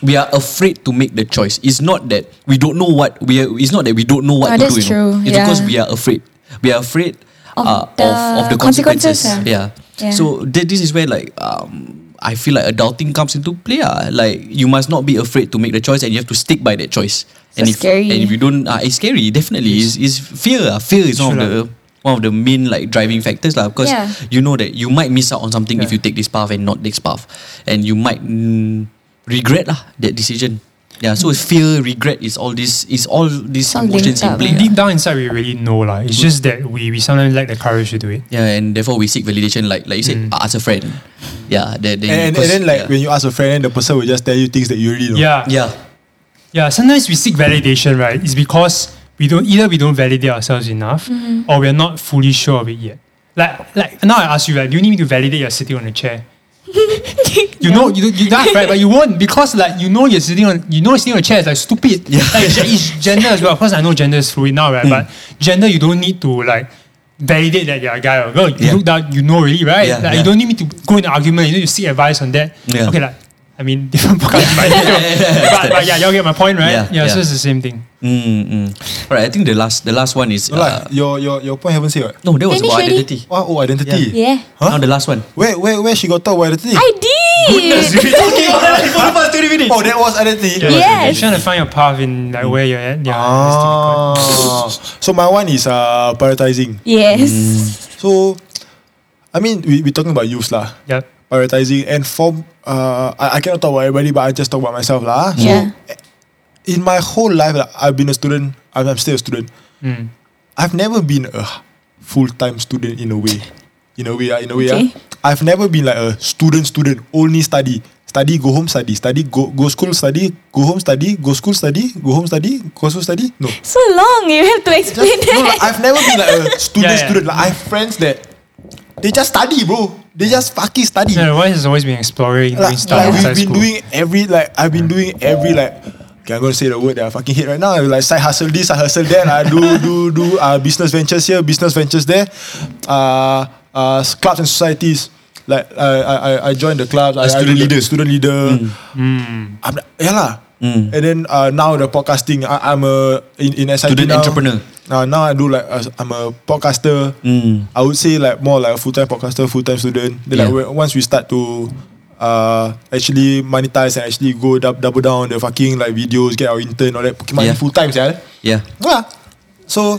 D: we are afraid to make the choice. It's not that we don't know what we are. It's not that we don't know what
H: Oh,
D: to
H: that's
D: do. you know.
H: true,
D: It's because
H: yeah.
D: we are afraid. We are afraid
H: Of
D: uh,
H: the
D: of, of the
H: consequences,
D: consequences. Yeah.
H: Yeah.
D: So th- this is where like um, I feel like adulting comes into play. Ah, like you must not be afraid to make the choice, and you have to stick by that choice.
H: So
D: and if
H: scary.
D: and if you don't, uh, it's scary. Definitely, is is fear. ah. Fear is one
E: True
D: of the
E: lah.
D: one of the main like driving factors lah. Because
H: Yeah.
D: you know that you might miss out on something if
E: Yeah.
D: you take this path and not this path, and you might mm, regret lah that decision. Yeah, so fear, regret is all this is all these
H: Mm. It's all
D: emotions in
H: linked up,
D: play.
H: yeah.
D: ah.
E: Deep down inside, we really know lah. It's just that we, we sometimes lack the courage to do it.
D: Yeah, and therefore we seek validation, like like you said,
E: Mm.
D: ask a friend. Yeah, then, then
A: And, and,
D: because-
A: then like
D: yeah.
A: when you ask a friend, then the person will just tell you things that you already know.
E: Yeah.
D: yeah,
E: Yeah, sometimes we seek validation, right? It's because we don't either we don't validate ourselves enough
D: Mm-hmm.
E: or we're not fully sure of it yet. Like like now I ask you, like, do you need me to validate you're sitting on a
D: [laughs]
E: chair? You know you you that right, but you won't because like you know you're sitting on you know sitting on a chair is like
D: [laughs]
E: stupid. Yeah. Like ge- it's gender as well. Of course I know gender is fluid now, right?
D: Hmm.
E: But gender you don't need to like validate that you're a guy or a girl. You
D: Yeah.
E: look down, you know already, right?
D: Yeah,
E: like,
D: yeah.
E: you don't need me to go in argument, you need to seek advice on that.
D: Yeah.
E: Okay, like I mean [laughs] different podcast but, but, but yeah, y'all get my point, right?
D: Yeah,
E: Yeah,
D: yeah.
E: so it's the same thing.
D: Mm, mm. Right, I think the last the last one is
A: No, lah.
D: uh,
A: like, your, your, your point haven't said what?
D: no, that was
H: Finish
D: about
H: already?
D: identity.
A: What? Oh, identity.
H: Yeah.
A: Huh?
D: Now the last one.
A: Where, where, where she got talk about identity?
H: I did.
A: oh, that was identity.
E: Yeah,
H: Yes.
E: You're trying to find your path in like where you're at. Yeah. that's difficult.
A: Ah, so my one is uh, prioritizing.
D: Mm.
H: yes.
A: So, I mean, we we talking about youths lah.
E: Yep.
A: Prioritizing and form. Uh, I, I cannot talk about everybody, but I just talk about myself lah. ah. So
H: Yeah.
A: in my whole life, like, I've been a student. I'm, I'm still a student.
E: Mm.
A: I've never been a full time student in a way. In a way, ah, in a way.
H: Okay.
A: ah. I've never been like a student, student, only study. Study, go home, study. Study, go, go school, study, go home, study, go school, study, go home, study, go school, study. No.
H: So long. You have to explain [laughs]
A: Just- no,
H: that.
A: like, I've never been like a student,
E: [laughs] Yeah, yeah.
A: student. Like, I have friends that they just study, bro. They just fucking study.
E: No, why has always been exploring doing
A: like,
E: stuff
A: like,
E: outside
A: we've been
E: school? [laughs] Mm.
A: doing every like I've been doing every like. Okay, I'm gonna say the word that I fucking hate right now. I like side hustle this, I hustle that. I do do do uh, business ventures here, business ventures there. Uh, uh, clubs and societies. Like I I I- I joined the club. I, I
D: student
A: do the
D: leader.
A: Student leader.
E: Mm.
A: I'm, like, yeah lah.
D: Mm.
A: And then uh, now the podcasting. I, I'm a in in SIT
D: Student
A: now.
D: entrepreneur.
A: Now now I do like uh, I'm a podcaster. I would say like more like a full time podcaster, full time student. Then like
D: Mm. Yeah.
A: when- once we start to uh actually monetize and actually go dub, double down the fucking like videos, get our intern all that Pokemon
D: Yeah.
A: full time, yeah.
D: Yeah.
A: Yeah. So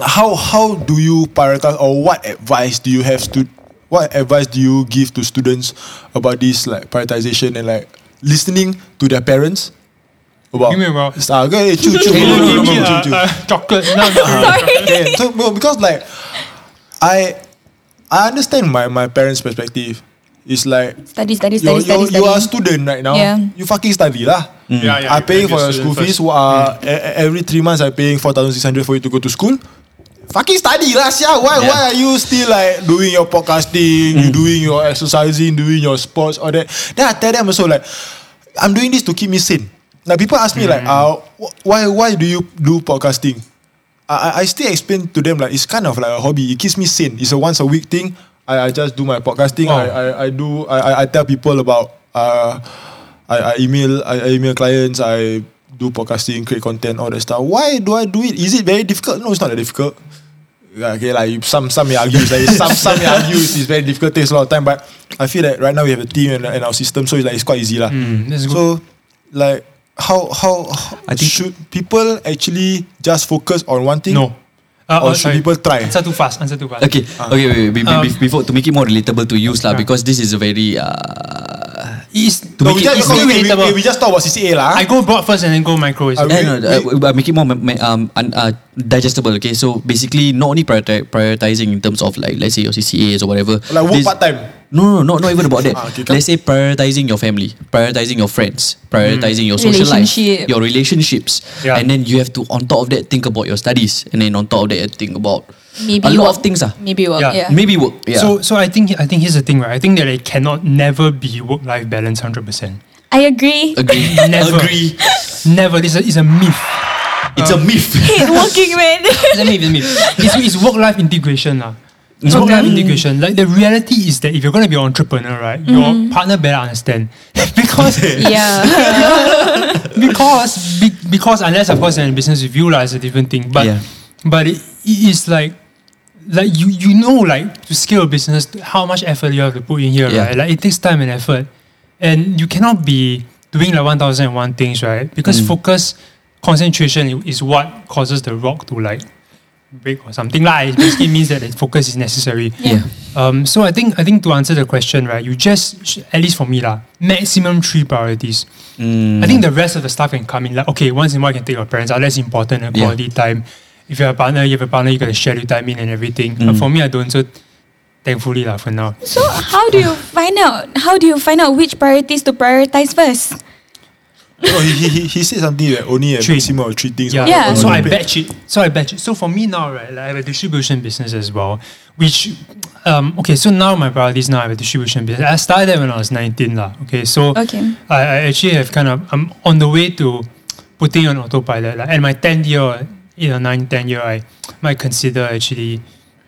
A: how how do you prioritize or what advice do you have to what advice do you give to students about this like prioritization and like listening to their parents? About
E: Give me a while.
A: Ah, okay, chew, chew,
E: Hey,
A: chew,
E: look,
A: chew,
E: give
A: chew,
E: me uh,
A: [laughs] chew.
E: uh, chocolate. No, no, no.
A: Yeah, so, no, because like I I understand my, my parents' perspective. It's like
H: Study, study,
A: you're,
H: study,
A: you're,
H: study,
A: you are a
H: study.
A: student right now.
H: Yeah.
A: You fucking study lah.
E: Yeah, Hmm. yeah,
A: I
E: you
A: pay
E: pay
A: for
E: your
A: your school
E: student
A: fees. Uh, e- e- every three months I paying four thousand six hundred for you to go to school. Fucking study lah, Sia. Why
D: Yeah.
A: why are you still like doing your podcasting, you doing your exercising, doing your sports, all that? Then I tell them also like, I'm doing this to keep me sane. Now people ask me like, uh, wh- why why do you do podcasting? I, I I still explain to them like it's kind of like a hobby. It keeps me sane. It's a once a week thing. I, I just do my podcasting. I, I, I do I, I- I tell people about uh I, I email I, I email clients, I do podcasting, create content, all that stuff. Why do I do it? Is it very difficult? No, it's not that difficult. Like, Okay, like you- some some may argue, it's like some some may argue it's, it's very difficult, takes a lot of time. But I feel that right now we have a team and, and our system, so it's like it's quite easy lah.
E: that's good.
A: So like how how, how
D: I think-
A: should people actually just focus on one thing?
E: No. Uh,
A: Or
E: oh,
A: should
E: sorry.
A: people try?
E: Answer too fast. Answer too fast.
D: Okay.
A: Ah.
D: okay. Wait, wait, be- be-
E: Um,
D: be- before to make it more relatable to use lah,
E: Yeah.
D: because this is a very uh,
E: It's, to
A: No, we,
E: make it
A: just,
E: easily
A: okay, we, we,
E: relatable.
A: we just talk about CCA lah.
E: [laughs] I go broad first and then go micro. Is
A: I
E: okay.
A: will-
D: Yeah, no,
A: we-
D: uh, uh, make it more ma- ma- um, un- uh, digestible. Okay, so basically, not only prioriti- prioritizing in terms of like let's say your CCAs or whatever.
A: Like work
D: this-
A: part-time.
D: No, no, no, not even
E: [laughs]
D: about that.
A: Ah, okay, come.
D: let's say prioritizing your family, prioritizing your friends, prioritizing your social life,
H: Relationship.
D: your relationships,
E: Yeah.
D: and then you have to on top of that think about your studies, and then on top of that think about a lot of things. Ah,
H: Maybe work.
E: Yeah.
H: Yeah.
D: maybe work. Yeah.
E: So, so I think I think here's the thing, right? I think that it cannot never be work-life balance, hundred percent.
H: I agree.
D: agree.
E: [laughs] Never.
D: Agree.
E: Never. This is a, it's a myth.
D: It's
E: Ah.
D: a
E: [laughs]
D: myth.
H: Hate working man.
E: Let me, let me. It's, it's work life integration. lah. It's work life integration. Like the reality is that if you're going to be an entrepreneur, right, your partner better understand. [laughs] because,
H: [laughs] yeah.
E: because, be, because, unless of course they're in business with you, lah, it's a different thing. But,
D: Yeah.
E: but it, it is like, like you you know like to scale a business how much effort you have to put in here
D: Yeah.
E: right like it takes time and effort and you cannot be doing like 1001 things right because focus concentration i- is what causes the rock to like break or something like it basically means that the focus is necessary
D: Yeah.
E: um, so I think I think to answer the question right you just sh- at least for me lah maximum three priorities I think the rest of the stuff can come in. Like, okay, once in a while you can take your parents out. That's important, and
D: Yeah.
E: quality time. If you're a partner, you have a partner, you gotta share your time in and everything. But for me, I don't. So thankfully, lah, for now.
H: So how do you find out? How do you find out which priorities to prioritize first?
A: No, he, he, he- he said something that only a
E: Three.
A: maximum of three things.
E: Yeah.
A: on-
H: Yeah.
A: on
E: So
A: the
E: I
A: plate.
E: batch it. So I batch it. So for me now, right, like I have a distribution business as well, which, um, okay, so now my priorities now I have a distribution business. I started that when I was 19, lah. Okay, so
H: Okay.
E: I, I actually have kind of, I'm on the way to putting on autopilot. Like, and my 10th year, you know, 9, 10 year, I might consider actually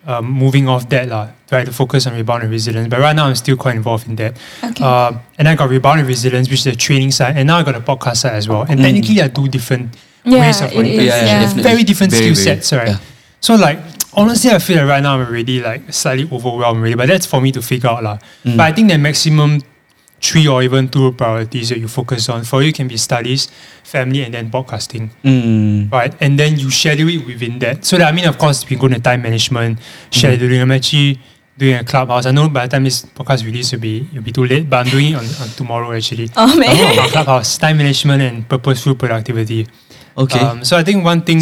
E: um, moving off that, lah, try to focus on rebound and resilience. But right now, I'm still quite involved in that.
H: Okay.
E: Um, and I got rebound and resilience, which is a training side, and now I got a podcast side as well. And
H: Mm.
E: technically, I do different
H: Yeah,
E: ways of
H: it is,
E: doing
H: Yeah, yeah,
E: things.
H: definitely.
E: very different
D: Very,
E: skill
D: very,
E: sets, right?
D: yeah.
E: So like honestly, I feel like right now I'm already like slightly overwhelmed really, but that's for me to figure out lah.
D: Mm.
E: But I think the maximum three or even two priorities that you focus on for you can be studies, family, and then podcasting.
D: Mm.
E: Right, and then you schedule it within that. So that I mean, of course, we go to time management, scheduling. I'm actually doing a clubhouse. I know by the time this podcast release, it'll be it'll be too late, but I'm doing it on, on tomorrow actually.
H: Oh man.
E: On clubhouse, time management and purposeful productivity.
D: Okay.
E: Um, so I think one thing,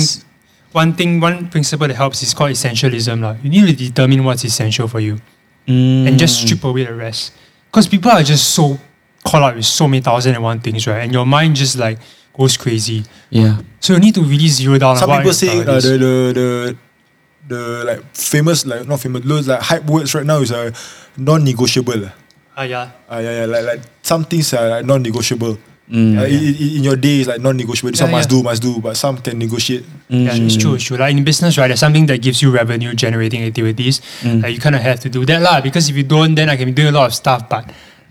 E: one thing, one principle that helps is called essentialism. lah. You need to determine what's essential for you
D: Mm.
E: and just strip away the rest. Because people are just so caught up with so many thousand and one things, right? And your mind just like goes crazy.
D: yeah.
E: So you need to really zero down. on
A: Some
E: what
A: people
E: your
A: say uh,
E: priorities.
A: the, the the the like famous like not famous those like hype words right now is uh, non-negotiable.
E: Ah, yeah.
A: Uh, yeah, yeah, like like some things are like non-negotiable.
D: Mm.
A: Uh, i- i- in your day, it's like non-negotiable. Some
E: Yeah,
A: must
E: yeah.
A: do, must do, but some can negotiate.
E: Yeah, it's true, it's true. Like in business, right, there's something that gives you revenue generating activities. Like you kind of have to do that, lah. Because if you don't, then I can be doing a lot of stuff, but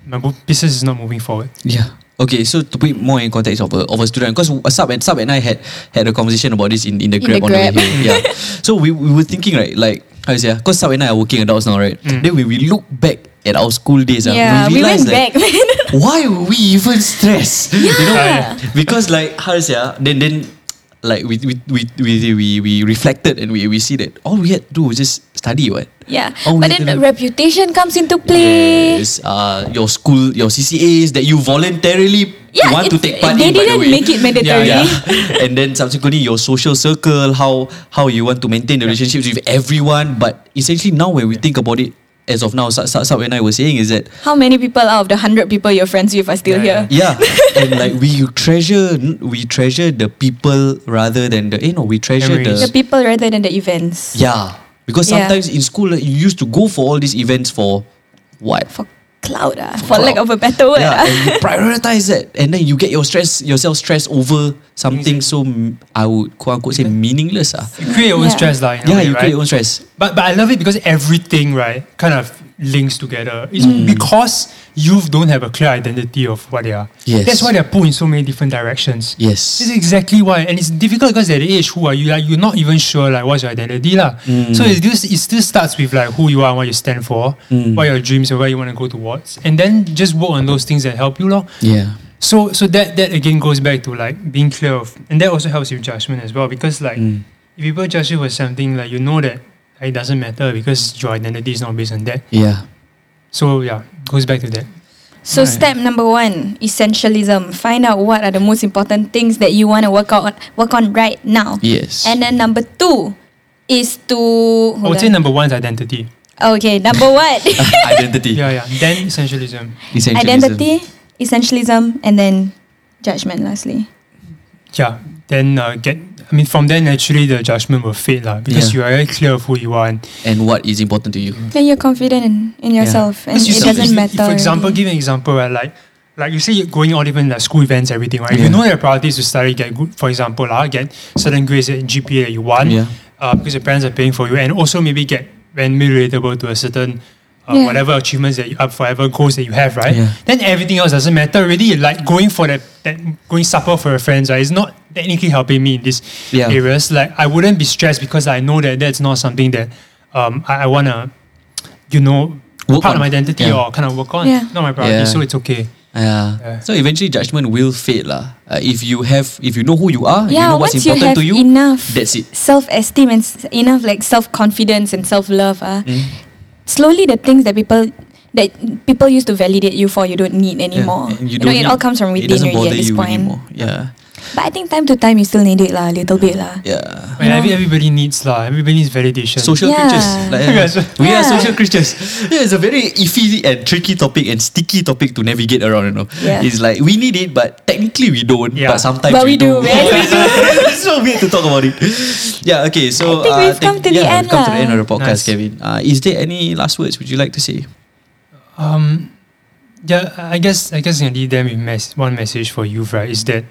E: my bu- business is not moving forward.
D: Yeah. Okay, so to put it more in context of a, of a student, because Sub and Sub and I had had a conversation about this in, in the
H: In
D: Grab
H: the
D: on
H: Grab.
D: the way here.
H: [laughs]
D: Yeah. so we, we were thinking right, like how you say, because Sub and I are working adults now, right? Then when we look back at our school days, ah,
H: Yeah, we
D: realise
H: went
D: that
H: back, man. [laughs]
D: why were we even stressed? You know,
E: Yeah.
D: because like how to say, ah, then then like we we we we we, we reflected and we, we see that all we had to do was just study, what?
H: Yeah.
D: Oh, we
H: but then
D: didn't-
H: reputation comes into play.
D: Yes, uh, your school, your CCAs that you voluntarily
H: Yeah,
D: want to
H: it's-
D: take part
H: they
D: in. by the
H: didn't
D: way.
H: make it mandatory.
D: Yeah, yeah. [laughs] and then subsequently your social circle, how how you want to maintain the relationships with everyone. But essentially now when we think about it, as of now, Sab Sab Sab and I were saying is that
H: How many people out of the hundred people you're friends with are still
E: Yeah,
H: here?
D: yeah, and like we treasure we treasure the people rather than the you know we treasure
E: Memories.
H: The people rather than the events.
D: yeah because
H: Yeah.
D: sometimes in school like, you used to go for all these events for what
H: For cloud, ah, for
D: Cloud.
H: lack of a better word.
D: yeah,
H: ah.
D: and you prioritize that, and then you get your stress yourself stressed over something so m- I would quote unquote say meaningless. Ah,
E: You create your own
H: Yeah.
E: stress, lah. in a
D: yeah,
E: way,
D: you
E: right?
D: create your own stress.
E: But but I love it because everything right kind of links together. It's
D: Mm.
E: because youth don't have a clear identity of what they are.
D: Yes.
E: That's why they're pulled in so many different directions.
D: Yes.
E: This is exactly why. And it's difficult because at the age who are you like you're not even sure like what's your identity. lah.
D: Mm.
E: So it just it still starts with like who you are and what you stand for,
D: Mm.
E: what your dreams and where you want to go towards. And then just work on those things that help you. Lor.
D: Yeah,
E: So so that that again goes back to like being clear of and that also helps with judgment as well because like if people judge you for something like you know that it doesn't matter because your identity is not based on that.
D: yeah,
E: So yeah, goes back to that.
H: So step number one, essentialism. Find out what are the most important things that you want to work out on, work on right now.
D: yes.
H: And then number two is to hold
D: Oh,
E: I would say
H: on.
E: number one is identity.
H: Okay,
D: [laughs]
H: number what?
D: [laughs] identity,
E: Yeah, yeah. Then essentialism.
D: Essentialism.
H: Identity, essentialism, and then judgment lastly.
E: Yeah. Then uh, get I mean from then actually the judgment will fade lah because
D: Yeah.
E: you are very clear of who you are and
D: and what is important to you.
E: Mm.
H: Then you're confident in, in yourself and
E: Because
H: it
E: you see,
H: doesn't
E: if-
H: matter.
E: For example,
H: already.
E: give an example, right? Like, like you say, you're going all even like school events, everything, right? If You
D: Yeah.
E: know your priority is to study, get good, for example, like, get certain grades and GPA that you want,
D: Yeah.
E: uh, because your parents are paying for you, and also maybe get randomly relatable to a certain. Uh,
H: Yeah.
E: Whatever achievements that you up, whatever goals that you have, right?
D: Yeah.
E: Then everything else doesn't matter really. Like going for that, that going supper for your friends, right? It's not technically helping me in these
D: Yeah.
E: areas. Like I wouldn't be stressed because I know that that's not something that um, I, I wanna, you know,
D: Work
E: part of
D: on.
E: my identity
D: Yeah.
E: or kind of work on.
H: Yeah.
E: Not my priority,
D: Yeah.
E: so it's okay.
D: Yeah.
E: Yeah.
D: So eventually, judgment will fade lah. Uh, if you have, if you know who you are, you
H: Yeah,
D: know what's
H: once you
D: important to
H: have
D: you.
H: enough
D: That's it.
H: self-esteem and s- enough like self-confidence and self-love, ah,
D: Mm-hmm.
H: slowly the things that people that people used to validate you for, you don't need anymore.
D: And
H: know, it all comes from
D: It
H: within
D: doesn't
H: already
D: bother
H: at this
D: you
H: point.
D: anymore. Yeah.
H: But I think time to time you still need it lah, a little bit lah.
D: Yeah.
E: And every, everybody needs lah. Everybody needs validation.
D: Social
H: Yeah.
D: creatures. Like,
E: You guys-
D: uh, we are
H: Yeah.
D: social
H: [laughs]
D: creatures. Yeah, it's a very iffy and tricky topic and sticky topic to navigate around. You know,
H: Yeah.
D: it's like we need it, but technically we don't.
E: Yeah.
D: But sometimes
H: But we
D: we,
H: do, right? We
D: it's [laughs] so weird to talk about it. Yeah. Okay. So
H: I think
D: uh,
H: we've come to the
D: yeah,
H: end
D: We've come to the
H: lah.
D: end of the podcast,
E: Nice.
D: Kevin. Uh, is there any last words would you like to say?
E: Um, yeah, I I guess I guess I can leave them with mes- one message for you, right? Is that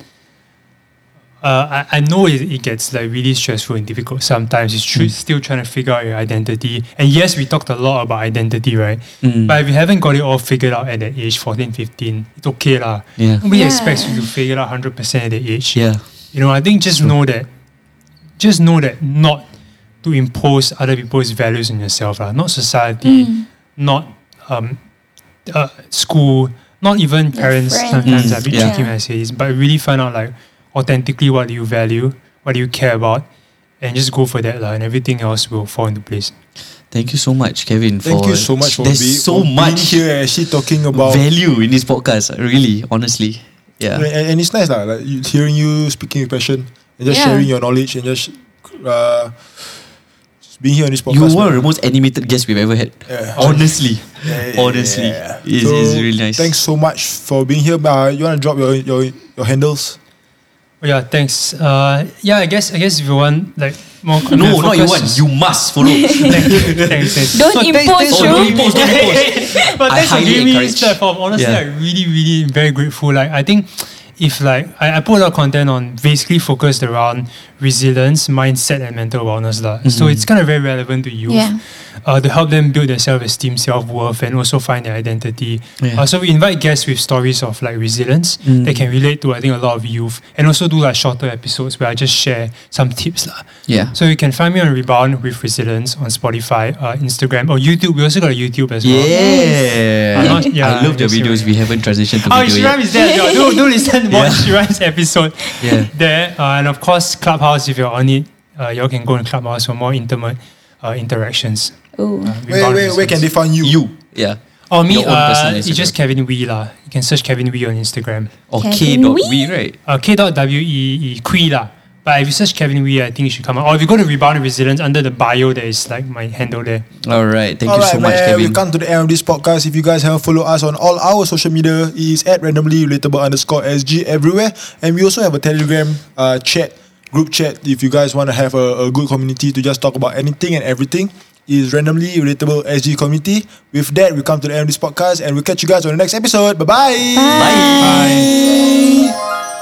E: uh, I, I know it, it gets like really stressful and difficult sometimes. It's
D: Mm.
E: tr- still trying to figure out your identity. And yes, we talked a lot about identity, right?
D: Mm.
E: But if you haven't got it all figured out at that age, 14, 15, it's okay lah.
D: Yeah.
E: Nobody
H: Yeah.
E: expects you to figure it out 100% at that age.
D: Yeah.
E: You know, I think just know that, just know that not to impose other people's values on yourself, lah. not society,
H: Mm.
E: not um, uh, school, not even parents.
H: friends.
E: Sometimes
D: Mm,
E: I'll be
D: yeah.
E: tricky when I say this, but really find out like authentically what do you value, what do you care about, and just go for that, lah. and everything else will fall into place.
D: Thank you so much, Kevin.
A: Thank
D: for,
A: you so much for,
D: There's
A: be-
D: so
A: for being
D: much
A: here and actually talking about
D: value in this podcast. Really, honestly. Yeah.
A: and, and- and it's nice lah, like you- hearing you speaking with passion and just
H: Yeah.
A: sharing your knowledge and just uh, just being here on this
D: You
A: podcast.
D: were
A: man.
D: the most animated guest we've ever had.
A: Yeah.
D: Honestly.
A: Yeah,
D: Honestly.
A: yeah.
D: It's,
A: So,
D: it's really nice.
A: Thanks so much for being here. Uh, you wanna drop your your, your handles?
E: Oh, yeah, thanks. Uh, yeah, I guess I guess if you want like more
D: No,
E: content
D: not you
E: focus-
D: want. You must follow.
E: thanks, thanks.
H: Don't impose,
D: Oh,
H: you.
D: don't impose, don't impose.
E: [laughs] but
D: I
E: thanks for
D: highly
E: giving me
D: encourage.
E: this platform. Honestly,
D: Yeah.
E: like really, really very grateful. Like I think if like I, I put out content on basically focused around resilience, mindset and mental wellness. lah.
D: Mm-hmm.
E: So it's kind of very relevant to youth
H: Yeah.
E: uh, to help them build their self-esteem, self-worth and also find their identity.
D: Yeah.
E: Uh, so we invite guests with stories of like resilience
D: Mm.
E: that can relate to I think a lot of youth and also do like shorter episodes where I just share some tips. lah.
D: Yeah.
E: So you can find me on Rebound with Resilience on Spotify, uh, Instagram, or YouTube. We also got a YouTube as well.
D: Yeah.
E: I'm not- oh, yeah,
D: I love the
E: I see
D: videos.
E: what
D: We haven't transitioned to
E: Oh,
D: video
E: Shiram
D: yet.
E: is there. Yeah. Do, do listen, watch
D: Yeah.
E: Shiram's episode
D: Yeah.
E: [laughs] there. Uh, and of course, Clubhouse, if you're on it, uh, you all can go in Clubhouse for more intimate uh, interactions. Uh,
H: Ooh.
A: Where, where, where can they find you?
D: You. Yeah.
E: Oh, me,
D: Your own
E: uh,
D: personal
E: it's
D: Instagram.
E: just Kevin Wee. lah. You can search Kevin Wee on Instagram.
D: Or K
H: Kevin
D: dot
H: Wee?
D: we right?
E: Uh, K.W.E.E. E, Quee. lah. But if you search Kevin Wee, I think it should come out. Or if you go to Rebound with Resilience under the bio, there is like my handle there.
D: All right. Thank you
A: Alright,
D: so much,
A: man,
D: Kevin.
A: We've come to the end of this podcast. If you guys haven't followed us on all our social media, it is at randomly relatable underscore SG everywhere. And we also have a Telegram uh, chat, group chat. If you guys want to have a, a good community to just talk about anything and everything, it is randomly relatable SG community. With that, we come to the end of this podcast and we'll catch you guys on the next episode. Bye-bye.
D: Bye.
A: Bye.